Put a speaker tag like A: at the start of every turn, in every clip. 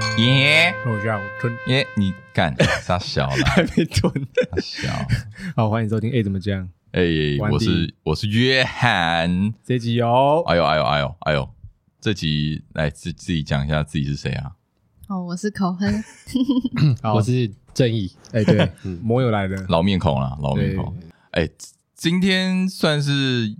A: 那我就让我吞，
B: 耶，你干傻小 啦，
A: 还没吞。
B: 傻小。
A: 好，欢迎收听。哎、怎么这样？
B: 哎、
A: 完
B: 我
A: 毕
B: 是我是约翰。
A: 这集有
B: 哎呦哎呦哎呦哎呦，这集来自自己讲一下自己是谁啊？
C: 哦，我是口哼，
A: 好
D: 我是正义，
A: 哎、对，
D: 嗯
A: 摩友来的。
B: 老面孔啦，老面
A: 对，
B: 孔。哎、今天算是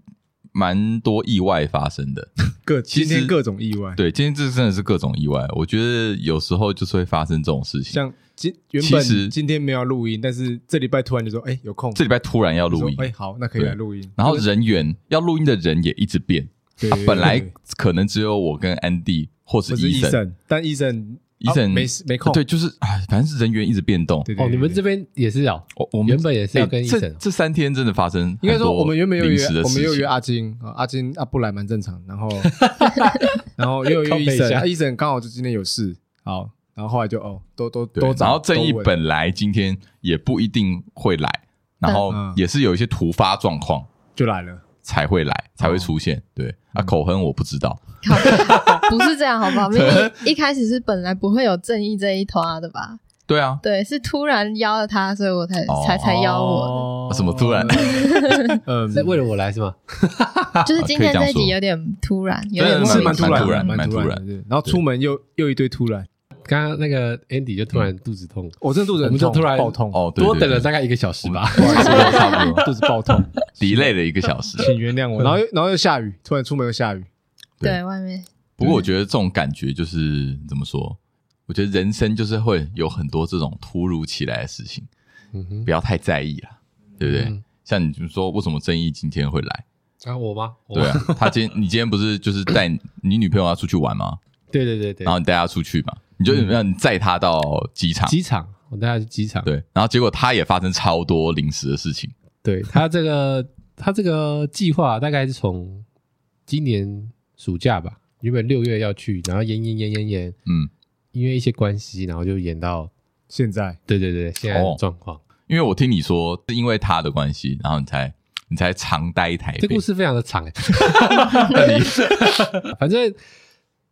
B: 蛮多意外发生 的。
A: 各
B: 其
A: 今
B: 实
A: 天各种意外，
B: 对，今天这真的是各种意外。我觉得有时候就是会发生这种事情。
A: 像今原本
B: 其实
A: 今天没有录音，但是这礼拜突然就说，哎、有空，
B: 这礼拜突然要录音
A: 就说，哎、好，那可以
B: 对
A: 来录音。
B: 然后人员要录音的人也一直变。
A: 对，
B: 啊
A: 对
B: 本来
A: 对对
B: 可能只有我跟 Andy 或是
A: 我是
B: 医
A: 医
B: 生，
A: 生，但医生
B: 医生
A: 啊没事没空。
B: 对，就是哎，反正是人员一直变动。
A: 对对
D: 哦，你们这
A: 边
D: 边也是哦，
B: 我我们
D: 原本也是要
B: 哎
D: 跟医
B: 这
D: 生，
B: 这三天真的发生很多
A: 应该说我们原本有
B: 临
A: 约
B: 时的，
A: 我们
B: 事
A: 有约
B: 情。
A: 阿金啊，阿金啊不来蛮正常。然后然后又有
D: 靠
A: 约
D: 背
A: 医
D: 一
A: 生，
D: 下
A: 啊医生刚好就今天有事，好，然后后来就哦，都都
B: 对
A: 都，找，
B: 然后正义
A: 都稳
B: 本来今天也不一定会来，然后
A: 嗯
B: 也是有一些突发状况
A: 就来了。
B: 才会来，
A: 哦
B: 才会出现。对
A: 嗯
B: 啊，口哼我不知道，
C: 靠北不是这样，好不好？明明一开始是本来不会有正义这一团的吧？
B: 对啊，
C: 对，是突然邀了他，所以我才、
B: 哦
C: 才才邀我
A: 哦
B: 啊怎么突然？
A: 嗯，
D: 是为了我来是吗？
C: 的。就是今天
B: 可以这样
C: 这
B: 说
C: 一集有点突然，有点
B: 真的
C: 莫
A: 是
C: 名
A: 蛮
C: 其
A: 突
C: 妙
A: 然
B: 突
A: 的，
B: 然
A: 蛮
B: 蛮突
A: 然的。
B: 然
A: 对然后出门又又一堆突然，
D: 刚刚那个 Andy 就突然肚子痛，
A: 我真的肚子
D: 我
A: 很
D: 们就
A: 痛，
D: 突然
A: 爆痛，
B: 哦，对
D: 多等了
B: 对
D: 大概一个小时吧。
A: 不好意思，
B: 对差不多
A: 肚子爆痛，
B: ，delay 了一个 小时。
A: 请原谅我。然后又然后又下雨，突然出门又下雨，
B: 对
C: 对外面
B: 不过我觉得这种感觉就是怎么说？我觉得人生就是会有很多这种突如其来的事情，
D: 嗯哼
B: 不，要太在意啦，对不对？
D: 嗯
B: 像你就说，为什么正义今天会来？
D: 啊，我吗？我
B: 对啊，他今天你 今天不是就是带 你女朋友要出去玩吗？
D: 对对对对嗯
B: 然，后你带她出去嘛，你就让你载她到机场，
D: 机场，我带他去机场。
B: 对，然后结果她也发生超多临时的事情，
D: 对他这个他这个计划大概是从今年暑假吧，原本六月要去，然后延延延延延，
B: 嗯，
D: 因为一些关系，然后就延到
A: 现在
D: 对对对现在
B: 哦
D: 的状况。
B: 因为我听你说是因为她的关系，然后你才你才常待台
D: 这
B: 北，
D: 故事非常的长、欸， 反正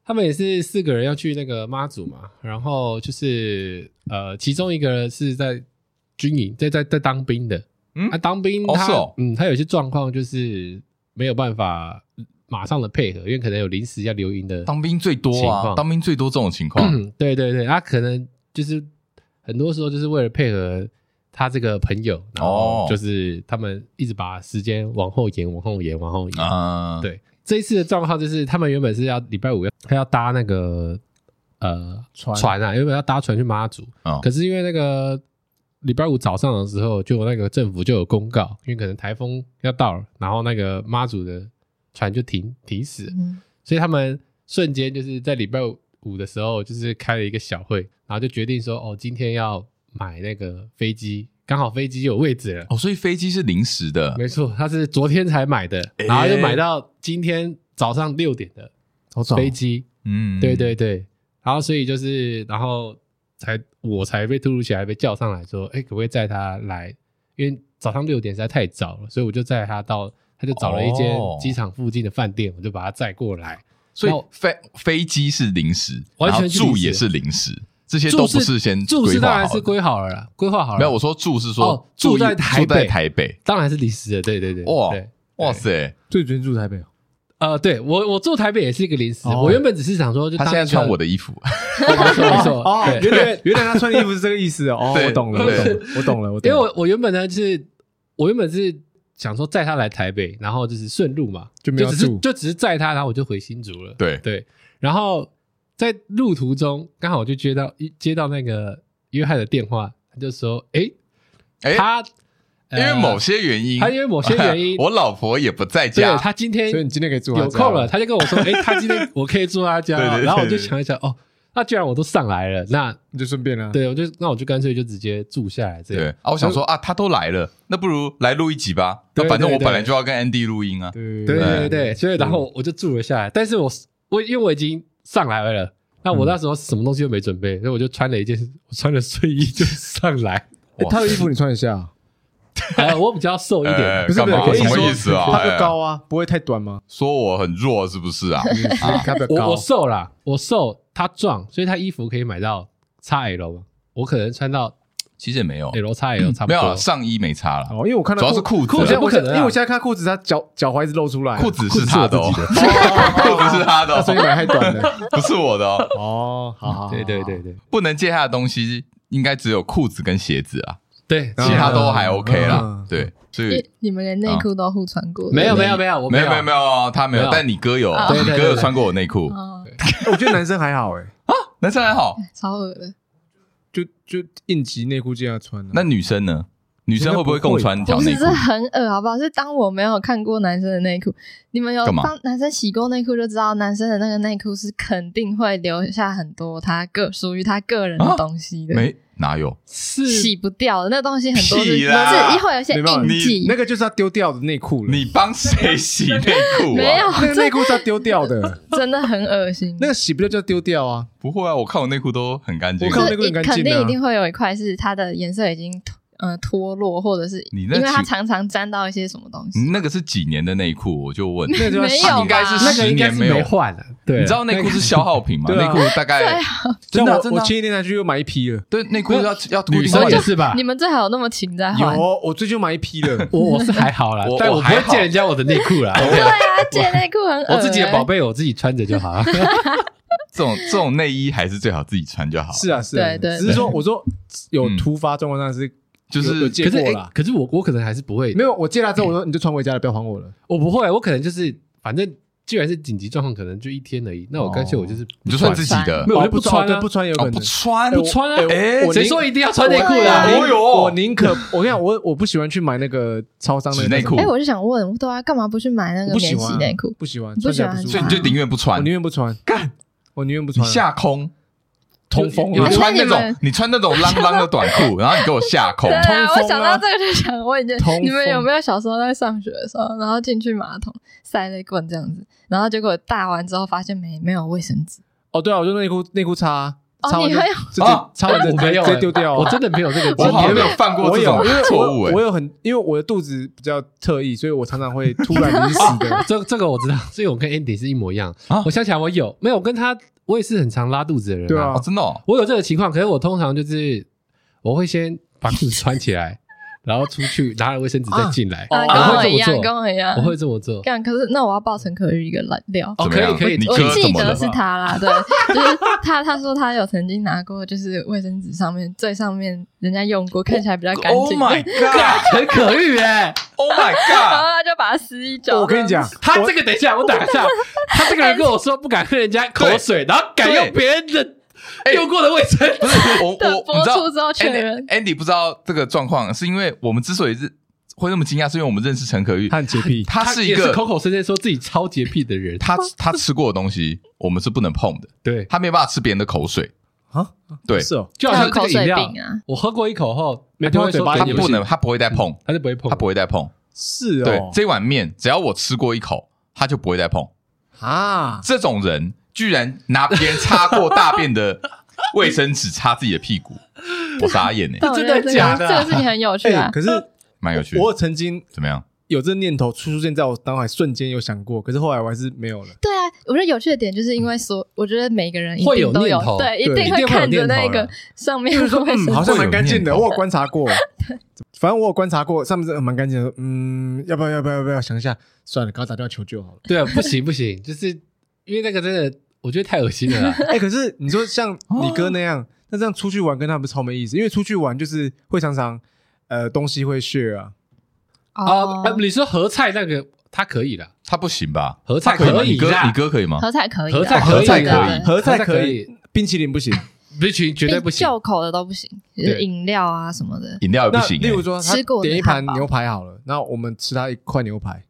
D: 他们也是四个人要去那个妈祖嘛，然后就是呃，其中一个是在军营，在在在当兵的，
B: 嗯
D: 啊，当兵
B: 哦
D: 他、
B: 是哦
D: 嗯，他有一些状况就是没有办法马上的配合，因为可能有临时要留营的，
B: 当兵最哦多
D: 情
B: 啊，
D: 况
B: 当兵最多这种情况，
D: 对对对，他可能就是很多时候就是为了配合。他这个朋友，然
B: 哦
D: 后就是他们一直把时间往后延，往后延，往后延
B: 啊，
D: 对，这一次的状况就是，他们原本是要礼拜五要他要搭那个呃
A: 船
D: 船啊，原本要搭船去妈祖，
B: 嗯
D: 可是因为那个礼拜五早上的时候，就有那个政府就有公告，因为可能台风要到了，然后那个妈祖的船就停停死了，
C: 嗯
D: 所以他们瞬间就是在礼拜五的时候，就是开了一个小会，然后就决定说，哦，今天要买那个飞机，刚好飞机有位置了，
B: 哦，所以飞机是临时的，
D: 没错，他是昨天才买的，
B: 诶
D: 然后又买到今天早上六点的
A: 好爽哦
D: 飞机。
B: 嗯，
D: 对对对，然后所以就是，然后才我才被突如其来被叫上来说，哎，可不可以载他来？因为早上六点实在太早了，所以我就载他到，他就找了一间
B: 哦
D: 机场附近的饭店，我就把他载过来。
B: 所以
D: 然后
B: 飞飞机是临时，
D: 完
B: 然
D: 全
B: 后
D: 是临时
B: 住也是临时，这些都不是先
D: 住
B: 规
D: 是
B: 划
D: 当
B: 好
D: 然
B: 的
D: 是规好了啦，规划好了。
B: 没有，我说住是
D: 哦
B: 说
D: 住在
B: 一
D: 台
B: 住在
D: 北
B: 台北，
D: 当然是临时的，对对对，
B: 哇
D: 对
B: 哇塞，
A: 最近住台北哦，
D: 呃，对我我住台北也是一个临时，
A: 哦
D: 我原本只是想说，就
B: 他现在
D: 当一个
B: 穿我的衣服，
D: 没错没错
A: 哦，
D: 对
A: 原来原来他穿的衣服是这个 意思哦，哦
B: 对
A: 我懂了，我懂了，我懂了，我懂
D: 因为
A: 了。
B: 啊
D: 我我原本呢就是，我原本是想说载他来台北，然后就是顺路嘛，
A: 就
D: 就
A: 没有
D: 只是
A: 住
D: 就只是载他，然后我就回新竹了。
B: 对，
D: 对，然后在路途中，刚好我就接到一接到那个约翰的电话，他就说：“诶，
B: 哎，
D: 他
B: 因为
D: 呃
B: 某些原因，
D: 他因为某些原 因，
B: 我老婆也不在
D: 对
B: 家，
D: 他今天
A: 所以你今天可以住他
D: 有
A: 家
D: 空了，，他就跟我说：‘诶，他今天我可以住他家。’
B: 对对对嗯
D: 然后我就想一想，哦，那既然我都上来了，那
A: 你就顺便啊啦。，
D: 对我就那我就干脆就直接住下来这样。
B: 对啊，我想说啊，他都来了，那不如来录一集吧，那
D: 对
B: 反正
D: 对
B: 我
D: 对
B: 本来就要跟 Andy 录音啊，
A: 对嗯
D: 对
B: 对
D: 对对对，所以然
B: 嗯
D: 后我就住了下来，但是我我因为我已经上来了，那
B: 嗯
D: 我那时候什么东西都没准备，所以我就穿了一件 我穿了睡衣就上来，
A: 欸
B: 哇
A: 他的衣服你穿得下啊？
D: 呃，我比较瘦一
B: 哎
D: 点，啊
A: 不是
B: 干
A: 不
B: 嘛
A: 是，
B: 什么
A: 可以说
B: 意思啊
A: 他
B: 哎
A: 不高啊，不会太短吗？
B: 说我很 弱是不是啊？
A: 他比较
D: 我
A: 高
D: 我，瘦啦，我瘦，他壮，所以他衣服可以买到 XL 嘛，我可能穿到
B: 其实也 没有，
D: L XL 哎差不
B: 哦没有啊
D: 多，
B: 上衣没差了，
A: 哦，因为我看到
B: 主要是裤子
A: 我现在
D: 不
A: 我
D: 可
A: 现
D: 能啊
A: 因为我现在看裤子，他脚脚踝一直露出
D: 哎
A: 来，
B: 裤子是他的哦，
A: 裤子是我 自己的
B: 裤子是他的
A: 他所以
B: 哦，
A: 买太 短了。
B: 不是我的哦，
A: 哦，好好，好
D: 对对对，对
B: 不能借他的东西应该只有裤子跟鞋子啊，
D: 对，
A: 嗯
B: 其他都还 OK 啦
A: 嗯。
B: 对，所以
C: 你你们连内裤都互穿过？
D: 没有没有没有，我
B: 没
D: 有
B: 有没有没有啊，他没
D: 没
B: 有，
D: 有
B: 但你哥有，
C: 啊
B: 你
D: 对对
B: 哥
D: 对
B: 有
D: 对
B: 穿过我内裤，
C: 哦，
A: 我觉得男生还好哎，
B: 男生还好，
C: 超恶的，
A: 就就应急内裤就要穿啊。
B: 那女生呢？女生会不会共穿一条
C: 不
B: 内
C: 是
B: 裤
C: 这？很恶好不好？是当我没有看过男生的内裤，你们有
B: 干嘛
C: 帮男生洗过内裤就知道，男生的那个内裤是肯定会留下很多他个属于他个人
B: 啊
C: 的东西的。
B: 没哪有？
D: 是
C: 洗不掉的那东西很多是，
B: 屁
C: 不
B: 啦
C: 嗯是会有一些
A: 没办法
C: 印记，
A: 那个就是要丢掉的内裤了，
B: 你帮谁洗内裤啊？
C: 没有，
A: 那个内裤是要丢 掉的，
C: 真的很恶心。
A: 那个洗不掉就要丢掉啊。
B: 不会啊，我看我内裤都很干净
A: 我
B: 啊。
A: 看
C: 就是
A: 那个很干净啊
C: 肯定一定会有一块是它的颜色已经脱呃脱落，或者是
B: 你
C: 因
B: 那
C: 为它
B: 请
C: 常常沾到一些什么东
A: 嗯
C: 西。
B: 你那个是几年的内裤？我就问，
A: 那个就要洗
C: 没有吧
B: 应该是
D: 那个
B: 十
D: 应该
B: 年
D: 是
B: 没有
D: 没换的，对，
B: 你知道内裤是消耗品吗？
A: 对
B: 内
A: 啊
B: 裤大概真
A: 像
B: 的啊
A: 我
B: 真的
A: 我
B: 啊
A: 前一天才去又买一批了，
B: 对啊内裤要要固定
D: 女生
B: 换
D: 也是吧，
C: 啊你？们最好有那么勤在换。
A: 有啊我最近买一批了
D: 我我是还好啦
B: 我，
D: 但
B: 我
D: 我不
B: 还
D: 会
B: 好
D: 借人家我的内 裤啦。
C: 对啊，借内裤 很恶、欸。
D: 我自己的宝。贝，我自己穿着就好。啊
B: 这种这种内衣还是最好自己穿就好。
A: 是啊是啊，
C: 对对
A: 只是说我说有
B: 嗯
A: 突发状况，但是
B: 就
A: 有有
B: 是
A: 借
D: 可是，
A: 过
D: 哎、
A: 啦，
D: 可是我我可能还是不会，
A: 没有我借他之后我说你就穿回家了，不要还我了，
D: 我不会，我可能就是反正既然是紧急状况，可能就一天而已。那我干脆我就是
B: 哦你就穿自己的
A: 没，有我就
D: 不
A: 不
D: 穿
A: 穿
D: 啊
A: 对不穿也有可
B: 哦
A: 能
B: 不。穿
D: 不穿啊？
B: 哎
D: 谁说一定要穿内裤
C: 对
D: 的、
C: 啊
D: 啊？
B: 我
A: 我
B: 有哦
A: 我宁可我跟你讲，我我不喜欢去买那个超商那
B: 纸
A: 个
B: 内裤
C: 哎、我就想问，对啊，干嘛不去买那
A: 我
C: 个
A: 不喜
C: 免
A: 欢
C: 洗
A: 啊
C: 内裤？
A: 不喜欢，
C: 你不
A: 穿起来
C: 喜欢
A: 舒服
B: 所以你就宁愿不
A: 我
B: 穿
A: 宁，愿不穿，
B: 干，
A: 我宁愿不
B: 你
A: 穿啊，
B: 下空。
A: 通风
B: 你
A: 啊
C: 哎，
B: 穿那
C: 那你们
B: 种你穿那种浪浪的短 裤，然后你给我下空
C: 对，啊，
A: 通风啊
C: 我想到这个就想问一件
A: 通，风
C: 你们有没有小时候在上学的时候，然后进去马桶塞了一棍这样子，然后结果大完之后发现没没有卫生纸，
A: 哦，对啊，我就内裤内裤擦啊，
C: 哦
A: 擦完
C: 你
A: 就
C: 还有
A: 直接
B: 啊
A: 擦完就
D: 我
A: 直
D: 没有、
A: 接直接丢掉啊，
D: 我真的没有这个经
B: 我
D: 验。。
B: 好像没有犯过
A: 我
B: 这
A: 有，
B: 种
A: 因为
B: 错误
A: 我
B: 哎
A: 我。有很，因为我的肚子比较特异，所以我常常会突然临时的
D: 这这个我知道，所以我跟 Andy 是一模一样。
B: 啊
D: 我想起来，我有没有我跟他，我也是很常拉肚子的人、
A: 对啊
B: 哦，真的哦，
D: 我有这个情况，可是我通常就是我会先把裤子穿起来， 然后出去拿了卫生纸再进来。
C: 啊，
A: 哦
C: 跟我
D: 我会这么
C: 一样，
D: 做
C: 跟我一样，
D: 我会这么做。
C: 干，可是那我要爆陈可玉一个烂料。
B: 怎
D: 哦，
B: 么
D: 可
B: 样
D: 以可以，
B: 你
C: 我
B: 哥怎
C: 记
B: 么了
C: 得是他啦，对， 就是他，他说他有曾经拿过，就是卫生纸上面最上面人家用过，看起来比较干
B: Oh
C: 净，
B: my
C: 的，
B: god！
D: 很可遇哎、
B: Oh my
C: 然后
B: god！
C: 他就把它撕一角。
A: 我跟你讲，
D: 他这个等一下，我打一下。他这个人跟我说不敢喝人家口水，然后敢用别人的
B: 哎
D: 用过的卫生
B: 不
D: 纸。
B: 是我
C: 对
B: 我
C: 播
B: 你知道
C: 出之后确认
B: Andy Andy 不知道这个状况，是因为我们之所以是会那么惊讶，是因为我们认识陈可玉，
A: 汗洁癖，
B: 他是一
D: 也是
B: 个
D: 口口声声说自己超洁癖的人。
B: 他他吃过的东西我们是不能碰的，
D: 对，
B: 他没办法吃别人的口水
A: 啊。
B: 对，
A: 是哦，
D: 就好像这个饮
C: 他有
D: 料
C: 口水病啊，
D: 我喝过一口后，
A: 没
D: 他就会说
A: 碰
B: 他
A: 到嘴巴
D: 给你
B: 不
D: 们
B: 能，他不会再碰，
D: 他就不会碰，
B: 他不会再碰。
A: 是
B: 对
A: 哦，，
B: 这碗面只要我吃过一口，他就不会再碰。
A: 啊，
B: 这种人居然拿别人擦过大便的卫生纸擦自己的屁股， 我傻眼呢，
C: 但我觉得
D: 真的假的
C: 这个
D: 啊
C: 这个事情很有趣啊
A: 哎，，可是
B: 蛮有趣的。
A: 我曾经
B: 怎么样？
A: 有这念头出现在我脑海，瞬间有想过，可是后来我还是没有了。
C: 对啊，我觉得有趣的点就是因为所，我觉得每个人一
D: 会有
C: 定都
D: 念头
C: 对，一
A: 对
C: 定
D: 一定会有
C: 看着
D: 念头
C: 那
D: 啦
C: 个上面
A: 就
C: 会
A: 是说，嗯，好像蛮干净的，
B: 会有念头
A: 我有观察 过。反正我有观察过，上面是嗯蛮干净的。嗯，要不要？要不要？要不要？想一下，算了，赶快打电话求救好了。
D: 对，啊不行不行，就是因为那个真的，我觉得太恶心 了啦。
A: 哎、可是你说像
C: 哦
A: 你哥那样，那这样出去玩跟他们超没意思，因为出去玩就是会常常呃东西会 share 啊，
D: 啊
C: 哦，，
D: 呃你说合菜那个，他可以的，
B: 他不行吧？
D: 合菜
B: 他可以吗
D: 可以
B: 你哥
A: 啊
D: 啦
B: 你哥可以吗？
C: 合菜可以啊，
D: 合菜
B: 可以合菜可以
C: 对对对
A: 合菜
D: 合
A: 可
D: 可
A: 以，，冰淇淋不行。
D: 不行，绝对不行。
C: 就口的都不行，就是饮料啊什么的，
B: 饮料也 不
A: 那
B: 行
A: 例
B: 欸、
A: 如说，他
C: 吃过的
A: 点一盘
C: 汉堡
A: 牛排好了，那我们吃他一块牛排。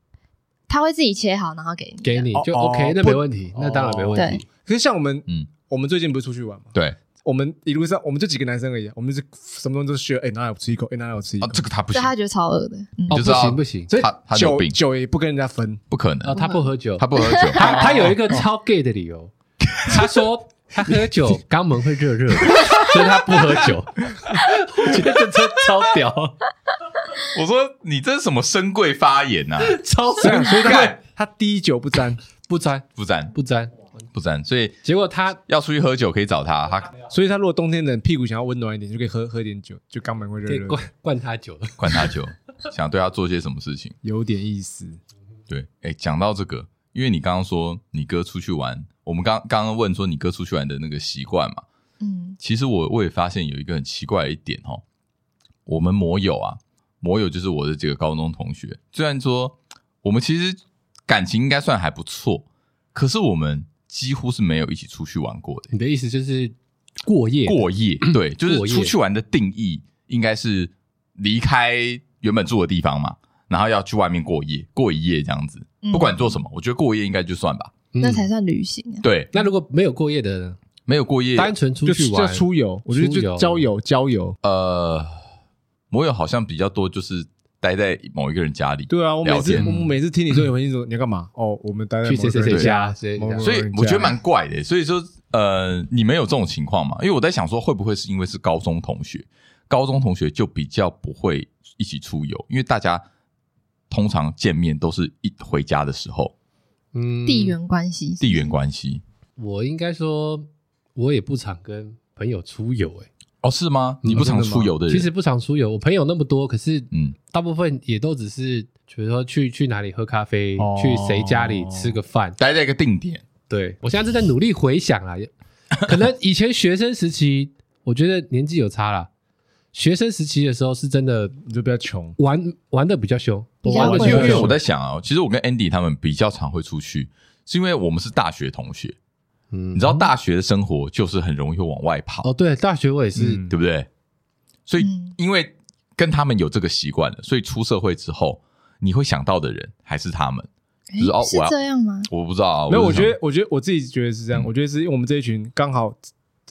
C: 他会自己切好然后给你。
D: 给你
A: 哦
D: 就
A: 哦
D: OK，那
A: 不
D: 没问题，那当然没
B: 哦
D: 问题。
A: 可是像我们，
B: 嗯
A: 我们最近不是出去玩嘛，
B: 对
A: 我们一路上我们就几个男生而已啊，我们就是什么东西都 share，哎、哪有吃一口，哎、哪有吃一口，
B: 啊，这个他不
C: 所
B: 行
C: 以，他觉得超恶的，嗯
B: 你
D: 哦，
B: 就
D: 不
B: 知道
D: 行不行，
A: 所以
B: 他他有
A: 酒
B: 病
A: 酒也不跟人家分，
B: 不可
D: 啊，
B: 能，
D: 他不喝酒，。
B: 他不喝酒
D: 他他有
C: 哦
D: 一个超 gay 的理由，他说他喝酒肛门会热热的，所以他不喝酒。我觉得这真超屌，
B: 我说你这是什么深贵发言呐、啊？
D: 超
A: 这样，所以他
B: 干
A: 他滴酒不沾，
D: 不沾
B: 不沾，
D: 不沾，婚。
B: 不沾，所以
D: 结果他
B: 要出去喝酒可以找他，他
A: 所以他如果冬天冷，屁股想要温暖一点，就可以喝喝点酒，就肛门会热
D: 给
A: 热的，
D: 灌灌他酒了，
B: 灌他酒，想对他做些什么事情。
A: 有点意思。
B: 对，哎，讲到这个，因为你刚刚说你哥出去玩，我们刚刚刚问说你哥出去玩的那个习惯嘛，
C: 嗯，
B: 其实我我也发现有一个很奇怪的一点哦，我们摩友啊，摩友就是我的几个高中同学，虽然说我们其实感情应该算还不错，可是我们几乎是没有一起出去玩过的。
D: 你的意思就是过夜的
B: 过夜， 对，就是
D: 嗯过夜
B: 出去玩的定义应该是离开原本住的地方嘛，然后要去外面过夜，过一夜这样子，
C: 嗯
B: 不管做什么，我觉得过夜应该就算吧。
C: 那才
D: 嗯
C: 算旅行啊。
B: 对，
D: 那如果没有过夜的呢，
B: 没有过夜，
D: 单纯出
A: 就
D: 去玩
A: 就，出游，我觉得
D: 出
A: 就
D: 游
A: 交友交友。
B: 呃，摩友好像比较多，就是待在某一个人家里。
A: 对啊，我每
B: 了
A: 次
B: 解
A: 我每次听你说有朋友说你要干嘛？哦，我们待在
D: 去
A: 某
D: 谁谁
A: 个
D: 谁
A: 人
D: 家，谁谁
A: 某
D: 家
A: 个
B: 所以
A: 人
B: 我觉得
A: 家
B: 蛮怪的。所以说，呃，你们有这种情况吗？因为我在想说，会不会是因为是高中同学，高中同学就比较不会一起出游，因为大家通常见面都是一回家的时候，
D: 嗯
C: 地。缘关系，
B: 地缘关系。
D: 我应该说，我也不常跟朋友出游，哎，
B: 哦，是吗？你不常出游的人，
D: 其实不常出游，我朋友那么多，可是
B: 嗯，
D: 大部分也都只是，比如说去去哪里喝咖啡，
A: 哦
D: 去谁家里吃个饭。
B: 待在一个定点，
D: 对我现在正在努力回想啊，也可能以前学生时期，我觉得年纪有差啦。学生时期的时候是真的
A: 你就比较穷，
D: 玩玩的比较凶，
C: 比较
D: 玩
C: 会
D: 的
B: 因
D: 比
B: 为因为
D: 较
B: 我
D: 凶。
B: 在想啊，其实我跟 Andy 他们比较常会出去，是因为我们是大学同学，
D: 嗯
B: 你知道大学的生活就是很容易会往外跑，
D: 哦，对，大学我也是，
A: 嗯
B: 对不对？所以
C: 嗯
B: 因为跟他们有这个习惯了，所以出社会之后，你会想到的人还是他们。
C: 诶
B: 就是哦
C: 是
B: 我要
C: 这样吗？
B: 我不知道啊，
A: 没有，我
B: 是想
A: 觉得，我觉得我自己觉得是这样，我觉得是因为我们这一群刚好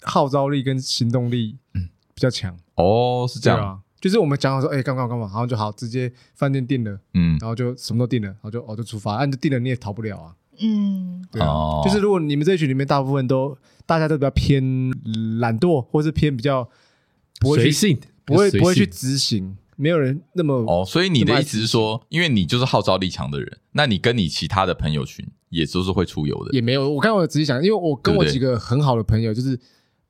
A: 号召力跟行动力比较强，
B: 哦是这
A: 对
B: 样，
A: 啊，就是我们讲好说，哎，干嘛干嘛干嘛，然后就好直接饭店定了，
B: 嗯，
A: 然后就什么都定了，然后就哦就出发，按、你就定了你也逃不了啊，
C: 嗯，
A: 对啊，
B: 哦
A: 就是如果你们这一群里面大部分都大家都比较偏呃懒惰，或是偏比较不会
D: 随
A: 去
D: 性，
A: 不会
D: 随性
A: 不会去执行，没有人那么
B: 哦，所以你
A: 这么
B: 的
A: 爱
B: 意思是说，因为你就是号召力强的人，那你跟你其他的朋友群也都是会出游的，
A: 也没有。我刚刚有仔细想，因为我跟我
B: 对不对
A: 几个很好的朋友，就是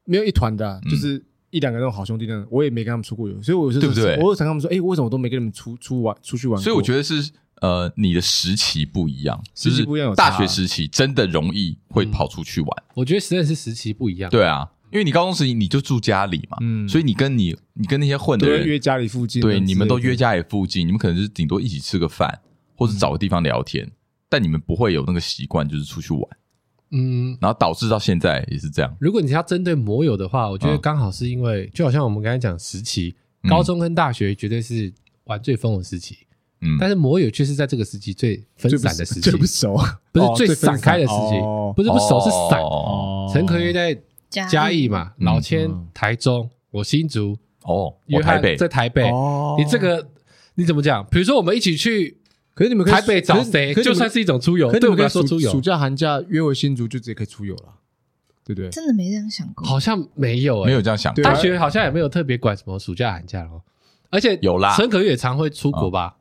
A: 没有一团的啊、
B: 嗯
A: 就是一两个那种好兄弟那种，我也没跟他们出过游，所以我就
B: 对不对
A: 我有常跟他们说，哎、为什么我都没跟你们出出玩出去玩过？
B: 所以我觉
A: 得
B: 得是呃，你的时期不一样，
A: 时期不一样
B: 就
A: 有
B: 是
A: 差
B: 大
A: 啊嗯
B: 学时期真的容易会跑出去玩，
D: 我觉得实在是时期不一样。
B: 对啊，因为你高中时期你就住家里嘛，
A: 嗯
B: 所以你跟你你跟那些混
A: 都
B: 的
A: 会约
B: 人，
A: 家里附近啊的之
B: 对，
A: 类的，
B: 你们都约家里附近，你们可能是顶多一起吃个饭，或者找个地方聊天，
A: 嗯
B: 但你们不会有那个习惯，就是出去玩，
D: 嗯，
B: 然后导致到现在也是这样，
D: 如果你是要针对摩友的话，我觉得
B: 嗯
D: 刚好是因为，就好像我们刚才讲时期，
B: 嗯
D: 高中跟大学绝对是玩最疯的时期，
B: 嗯，
D: 但是摩友却是在这个时期最分
A: 最不
D: 散的时期
A: 最，不熟，
D: 不
A: 哦
D: 是最散开的时期，不是不熟是散。
B: 哦
D: 陈可约在
C: 嘉
D: 嘉义嘛，
B: 嗯
D: 老千
A: 嗯
D: 台中，我新竹，
B: 哦，
D: 约
B: 我台
D: 翰
B: 北
D: 在台北，
A: 哦
D: 你这个你怎么讲？比如说我们一起去
A: 可是你们可以
D: 台北找
A: 可是
D: 谁，
A: 可是你
D: 就
A: 们
D: 算是一种出游，
A: 可是
D: 对
A: 你
D: 我
A: 们可
D: 们来
A: 以
D: 说
A: 暑
D: 出游
A: 暑假寒假约回新竹就直接可以出游了，对不对？
C: 真的没这样想过。
D: 好像没有，
B: 没
D: 有。
B: 有这样想过，
A: 对啊
D: 大学好像也没有特别管什么暑假寒假咯，而且
B: 有啦
D: 陈可月也常会出国吧？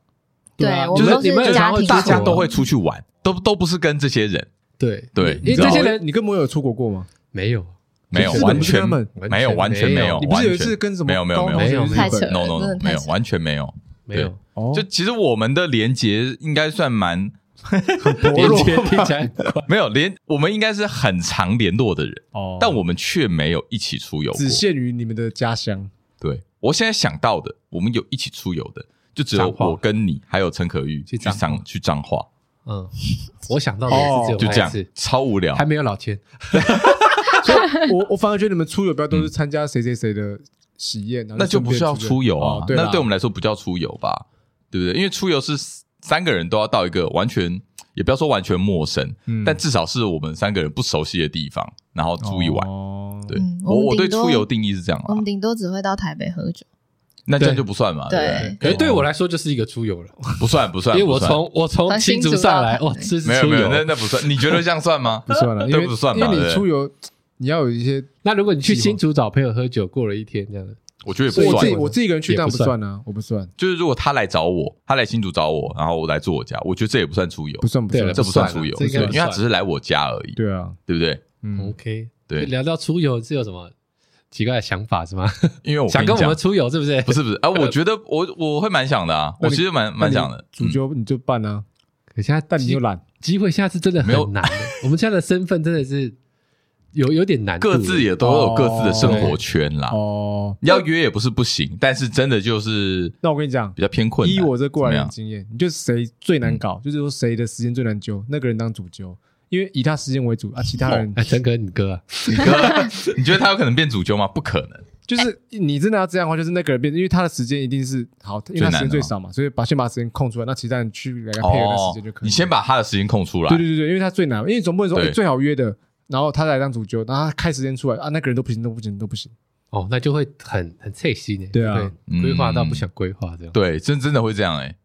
C: 对
D: 啊
C: 我
D: 就
C: 们
D: 是
C: 都
D: 你们
C: 是
D: 很
C: 家
D: 常会啊
C: 庭，
B: 大家都会出去玩，都都不是跟这些人，
D: 对
B: 对
D: 因为
B: 你知道
D: 这些
A: 你
D: 人
A: 跟你跟摩友有出国过吗？
D: 没有，
B: 没有
A: 日本
B: 完
A: 不是
B: 全
A: 他们
B: 没有完
D: 完
B: 全
D: 全
B: 没
D: 没
B: 有
D: 有，
A: 你不
B: 哦完全
A: 是有一次跟什么
B: 没有没有
A: 高
B: 没
A: 中
B: 有
D: 没有
A: 同学去
C: 太
A: 日
C: 扯
A: 本
C: 了
B: no no
C: 真
B: no
C: 的太
B: 没有
C: 扯了
B: 完全没有，
D: 没有，
A: 哦
B: 就其实我们的连结应该算蛮
A: 薄
D: 连
A: 弱
D: 接听起来
B: 没有连，我们应该是很常联络的人，
A: 哦
B: 但我们却没有一起出游过
A: 只。限于你们的 家乡，
B: 对我现在想到的，我们有一起出游的，就只有
D: 彰化
B: 我跟你还有陈可玉去
D: 去彰化
B: 彰去彰化，
D: 嗯，我想到的也是只
B: 哦就
D: 有
B: 这
D: 那一
B: 样
D: 次，
B: 超无聊
D: 还。没有老千，
A: 所以我我反而觉得你们出游不要都是参加谁谁谁的喜宴，然后
B: 嗯那就不是要
A: 顺便
B: 出游啊
A: 哦，对啦
B: 那对我们来说不叫出游吧，对不对？因为出游是三个人都要到一个完全，也不要说完全陌生，
A: 嗯
B: 但至少是我们三个人不熟悉的地方，然后住一晚。
A: 哦
B: 对
C: 嗯
B: 我，
C: 我
B: 我
C: 们
B: 对
C: 顶多
B: 出游定义是这样
C: 我
B: 啊
C: 们，顶多只会到台北喝酒。
B: 那这样
D: 对
B: 就不算嘛，对
C: 对
B: 不
D: 可
B: 对？啊
D: 是对我来说就是一个出游了，
B: 不算不
D: 因
B: 算，
D: 为
B: 不
D: 我
B: 算
D: 从我从
C: 从新
D: 新竹
C: 竹
D: 上来，
C: 到
D: 哇，
C: 台北
D: 这是
B: 没有
D: 出
B: 没有，
D: 游
B: 那。那不算。你觉得这样算 吗？
A: 不算 了，因
B: 这
A: 为
B: 不算吧
A: 因为
B: 对
A: 你
B: 不对
A: 出游你要有一些
D: 那如果你去新竹找朋友喝酒，过了一天这样的，
B: 我觉得也
A: 所
B: 不
A: 以我自
B: 算
A: 己。我自己一个人去
D: 也
A: 当
D: 不
A: 然不算啊，我不算，
B: 就是如果他来找我，他来新竹找我，然后我来住我家，我觉得这也不算出游
A: 不，算不
D: 对
A: 算
D: 了，
B: 这不算
D: 不算啊
B: 出游，
D: 这
B: 对，哦
D: 应该
B: 因
D: 不
B: 为他
D: 算
B: 只是来我家而已，
A: 对啊，
B: 对不对？
A: 嗯，
D: OK，
B: 对
D: 聊到出游是有什么奇怪的想法是吗？
B: 因为我
D: 想
B: 跟
D: 跟
B: 你
D: 我
B: 讲
D: 们，出游是不是？
B: 不 是不是，啊，我觉得我我会蛮想的啊，
A: 那
B: 我
A: 你
B: 其实蛮蛮想的，嗯
A: 主角你就办啊，
D: 可现在
A: 但你
D: 机
A: 又懒，
D: 机会下次真的
B: 没有
D: 很难的，我们现在的身份真的是有有点难度，
B: 各自也都有
D: 哦
B: 各自的生活圈啦。
A: 哦。
B: 要约也不是不行，但是真的就是
A: 那我跟你讲
B: 比，较偏困难。
A: 依我这过来
B: 怎
A: 人
B: 么样
A: 的
B: 嗯
A: 经验，你就谁最难搞，就是说谁的时间最难揪，那个人当主揪，因为以他时间为主啊，其他
B: 哦
A: 人
D: 哎，陈哥，你哥啊，
B: 你哥，你觉得他有可能变主角吗？不可能。
A: 就是你真的要这样的话，就是那个人变，因为他的时间一定是好，因为他时间最少嘛，所以把先把时间空出来，那其他人去给他配合 那时间就
B: 哦
A: 可以了。
B: 你先把他的时间空出来。
A: 对对对对，因为他最难，因为总不能说
B: 对
A: 哎最好约的，然后他来当主揪，然后他开时间出来啊，那个人都不行，都不行，都不行。
D: 哦，那就会很很脆心呢。
A: 对啊
B: 嗯
D: 规划到不想规划这样。
B: 对真真的会这样哎、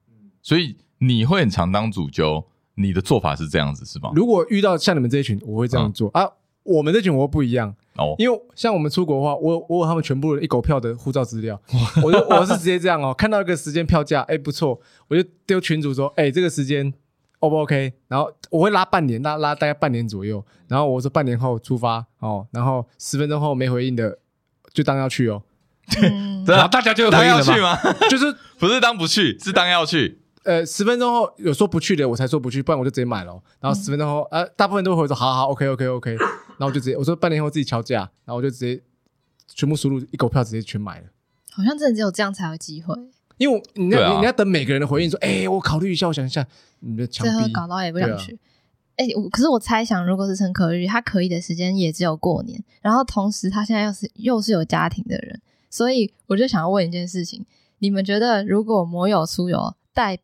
B: 所以你会很常当主揪，你的做法是这样子是吗？
A: 如果遇到像你们这一群，我会这样做啊。我们这群我不一样，
B: 哦，
A: 因为像我们出国的话，我我有他们全部人一狗票的护照资料，我就我是直接这样哦，看到一个时间票价，哎不错，我就丢群主说，哎这个时间 O 不 OK？然后我会拉半年，拉拉大概半年左右，然后我说半年后出发哦，然后十分钟后没回应的就当要去哦，
C: 嗯，
B: 对
D: 然后大家就会
B: 啊当
D: 回应
B: 要
D: 了
B: 去
D: 嘛。
B: 吗？
A: 就是
B: 不是当不去，是当要去。
A: 呃十分钟后有说不去的我才说不去，不然我就直接买了哦、然后十分钟后呃大部分都会回说好好好 OK OK OK，然后我就直接我说半年后自己敲价，然后我就直接全部输入一狗票直接全买了。
C: 好像真的只有这样才有机会，
A: 因为我你要、
B: 对啊
A: 你你要等每个人的回应说，哎、我考虑一下，我想一下，你的墙
C: 最后
A: 壁
C: 搞到也不想
A: 对啊
C: 去。哎、我可是我猜想，如果是陈可玉，他可以的时间也只有过年，然后同时他现在又是又是有家庭的人，所以我就想要问一件事情：你们觉得如果摩友出游带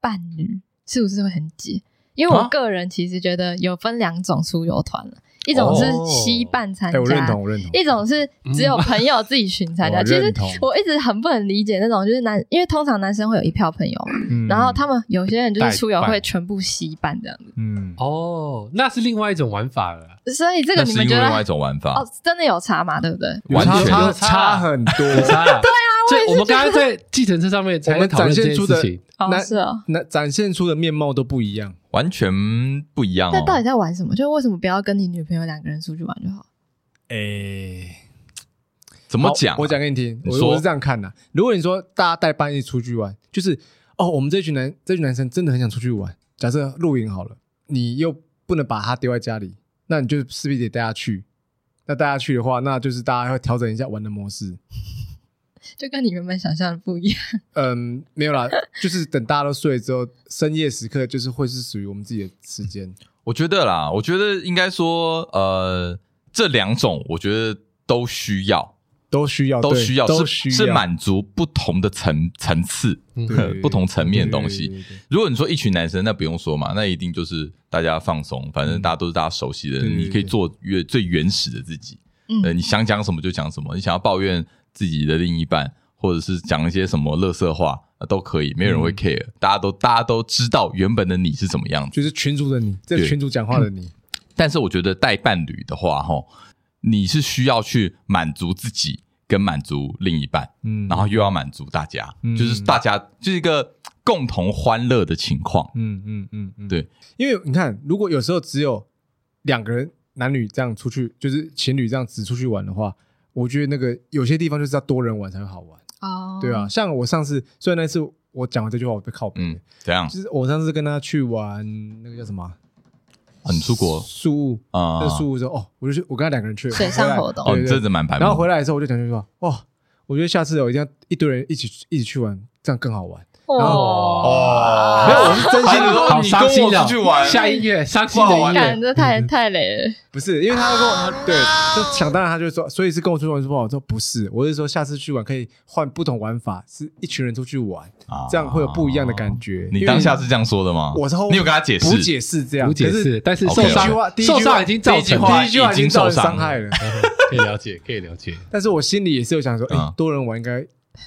C: 伴侣，是不是会很挤？因为
B: 啊
C: 我个人其实觉得有分两种出游团了，一种是
D: 哦
C: 西半参
A: 哎、
C: 加，
A: 我认同，我认同，
C: 一种是只有朋友自己群参加。
A: 嗯
C: 其
A: 我
C: 实
A: 认同
C: 我一直很不能理解那种，就是男，因为通常男生会有一票朋友嘛，
B: 嗯
A: 嗯
C: 然后他们有些人就是出游会全部吸伴这样子，
A: 嗯，
D: 哦，那是另外一种玩法了。
C: 所以这
B: 那
C: 个你
B: 是
C: 们
B: 因
C: 觉
B: 为
C: 得
B: 另外一种玩法
C: 哦，，真的有差嘛？对不对？
A: 有
B: 完
A: 差
B: 全
A: 差
D: 有差
A: 差很多。
D: 差了，对啊，就我们刚刚在计程车上面才
A: 我
D: 在
A: 们
D: 讨
A: 展
D: 论这
A: 现
D: 件
A: 出
D: 事
A: 的
D: 情。
C: 哦，
A: 那
C: 是哦。
A: 那展现出的面貌都不一样，
B: 完全不一样
C: 那
B: 哦。
C: 到底在玩什么？就是为什么不要跟你女朋友两个人出去玩就好？
A: 哎、
B: 怎么讲啊、
A: 我讲给你听，
B: 你
A: 我
B: 说
A: 我是这样看的、如果你说大家带半夜出去玩，就是哦，我们这群男这群男生真的很想出去玩，假设露营好了，你又不能把他丢在家里，那你就势必得带他去。那带他去的话，那就是大家要调整一下玩的模式。
C: 就跟你原本想象的不一样。
A: 嗯，没有啦， 就是等大家都睡了之后，深夜时刻就是会是属于我们自己的时间。
B: 我觉得啦，我觉得应该说，呃，这两种我觉得都需要，
A: 都需要，
B: 都
A: 啊对
B: 需要，
A: 都需
B: 是
A: 要
B: 是满足不同的层层次、呃
A: 对
D: 嗯
A: 对对
B: 不同层面的东
A: 对
B: 西。
A: 对对对
B: 如果你说一群男生，那不用说嘛，那一定就是大家放松，反正大家都是大家熟悉的
A: 嗯对
B: 人，
A: 对对
B: 你可以做越最原始的自己。呃，
C: 嗯，
B: 你想讲什么就讲什么，你想要抱怨自己的另一半，或者是讲一些什么乐色话、呃都可以，没有人
A: 嗯
B: 会 care，、大家都大家都知道原本的你是怎么样子。
A: 就是群主的你，这
B: 对
A: 群主讲话 的你，
B: 但是我觉得带伴侣的话，哈，你是需要去满足自己跟满足另一半，
A: 嗯
B: 然后又要满足大家，
A: 嗯
B: 就是大家就是一个共同欢乐的情况。
A: 嗯嗯嗯嗯，
B: 对，
A: 因为你看，如果有时候只有两个人男女这样出去，就是情侣这样子出去玩的话，我觉得那个有些地方就是要多人玩才会好玩，
C: 哦，
A: 对啊，，像我上次，虽然那次我讲完这句话，我被靠背，
B: 嗯，怎样？
A: 就是我上次跟他去玩那个叫什么啊
B: 很哦出国
A: 宿务
B: 啊？
A: 那树屋说：“哦，我就去，我跟他两个人去
C: 水上活动
B: 哦，你这
A: 真的。
B: 真蛮白目。
A: 然后回来的时候，我就讲一句话：哇，我觉得下次我一定要一堆人一起去一起去玩，这样更好玩。
C: 哦，
A: 没有，我是真心啊
B: 还有
A: 的，
B: 哦
D: 好
B: 你
D: 伤
B: 跟
D: 心
B: 我
D: 的
B: 出去玩
D: 哦，下音
A: 哎
D: 乐伤心的音
C: 感
D: 乐，
C: 这太太累了。
A: 不是，因为他要跟我对，就想当然他就说，所以是跟我出去玩是不好。我说不是，我是说下次去玩可以换不同玩法，是一群人出去玩，
B: 啊
A: 这样会有不一样的感觉。
B: 你
A: 因为
B: 当下是这样说的吗？
A: 我是后
B: 你有跟他解
A: 不
B: 释？
A: 解释这样，
D: 无解
A: 可
D: 释，
A: 是
D: 但是
B: OK，
D: 受
A: 第一句话
D: 伤
A: 第一句
D: 受
B: 第
A: 话
D: 伤已经造
B: 一句
D: 成
B: 话
A: 第一句话已经造成伤害了，
D: 嗯 可以了解，可以了解。
A: 但是我心里也是有想说，哎
B: 嗯，
A: 多人玩应该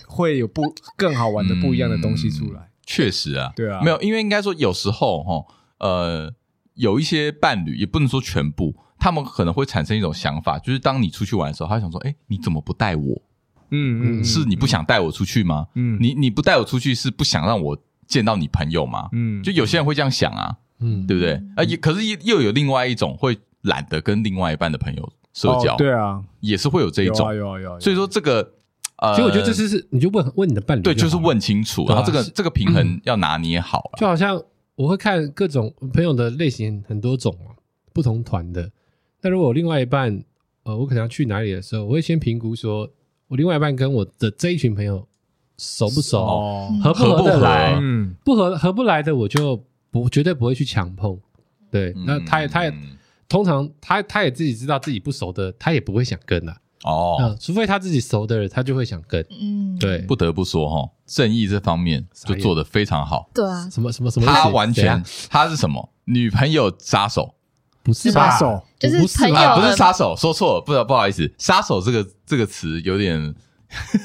A: 会有不更好玩的不一样的东西出来。
B: 确实啊，
A: 对啊
B: 没有，因为应该说有时候哈，呃，有一些伴侣也不能说全部，他们可能会产生一种想法，就是当你出去玩的时候，他会想说，哎，你怎么不带我？
A: 嗯嗯，
B: 是你不想带我出去吗？
A: 嗯
B: 你你不带我出去是不想让我见到你朋友吗？
A: 嗯
B: 就有些人会这样想啊，
D: 嗯，
B: 对不对？啊，也可是又又有另外一种会懒得跟另外一半的朋友社交，
A: 哦对啊，
B: 也是会有这一
A: 有
B: 种
A: 啊。有啊有啊，有啊
B: 所以说这个，呃，
D: 其实我觉得这是是，你就问问你的伴侣好
B: 对，
D: 了，
B: 就是问清楚，
D: 对啊
B: 然后这个
D: 是
B: 这个平衡要拿捏好了。
D: 就好像我会看各种朋友的类型很多种嘛，不同团的。那如果我另外一半，呃，我可能要去哪里的时候，我会先评估说，我另外一半跟我的这一群朋友熟不熟，
A: 哦
D: 合不合得来，
B: 合
A: 嗯
D: 不合合不来的我就不绝对不会去强碰。对，那他也他也
B: 嗯
D: 通常他他也自己知道自己不熟的，他也不会想跟啦、
B: 哦，
D: 嗯，除非他自己熟的人，他就会想跟。
C: 嗯，
D: 对，
B: 不得不说哈、正义这方面就做得非常好。
C: 对啊，
D: 什么什么什么意思，
B: 他完
D: 怎样
B: 全，他是什么？女朋友杀手
D: 不
B: 嗯
D: 是
A: 杀
D: 吧？
A: 手
C: 就是
D: 不是
C: 朋友
D: 吧
B: 啊，不
C: 呃
B: 是杀手，说错了，不不好意思，杀手这个这个词有点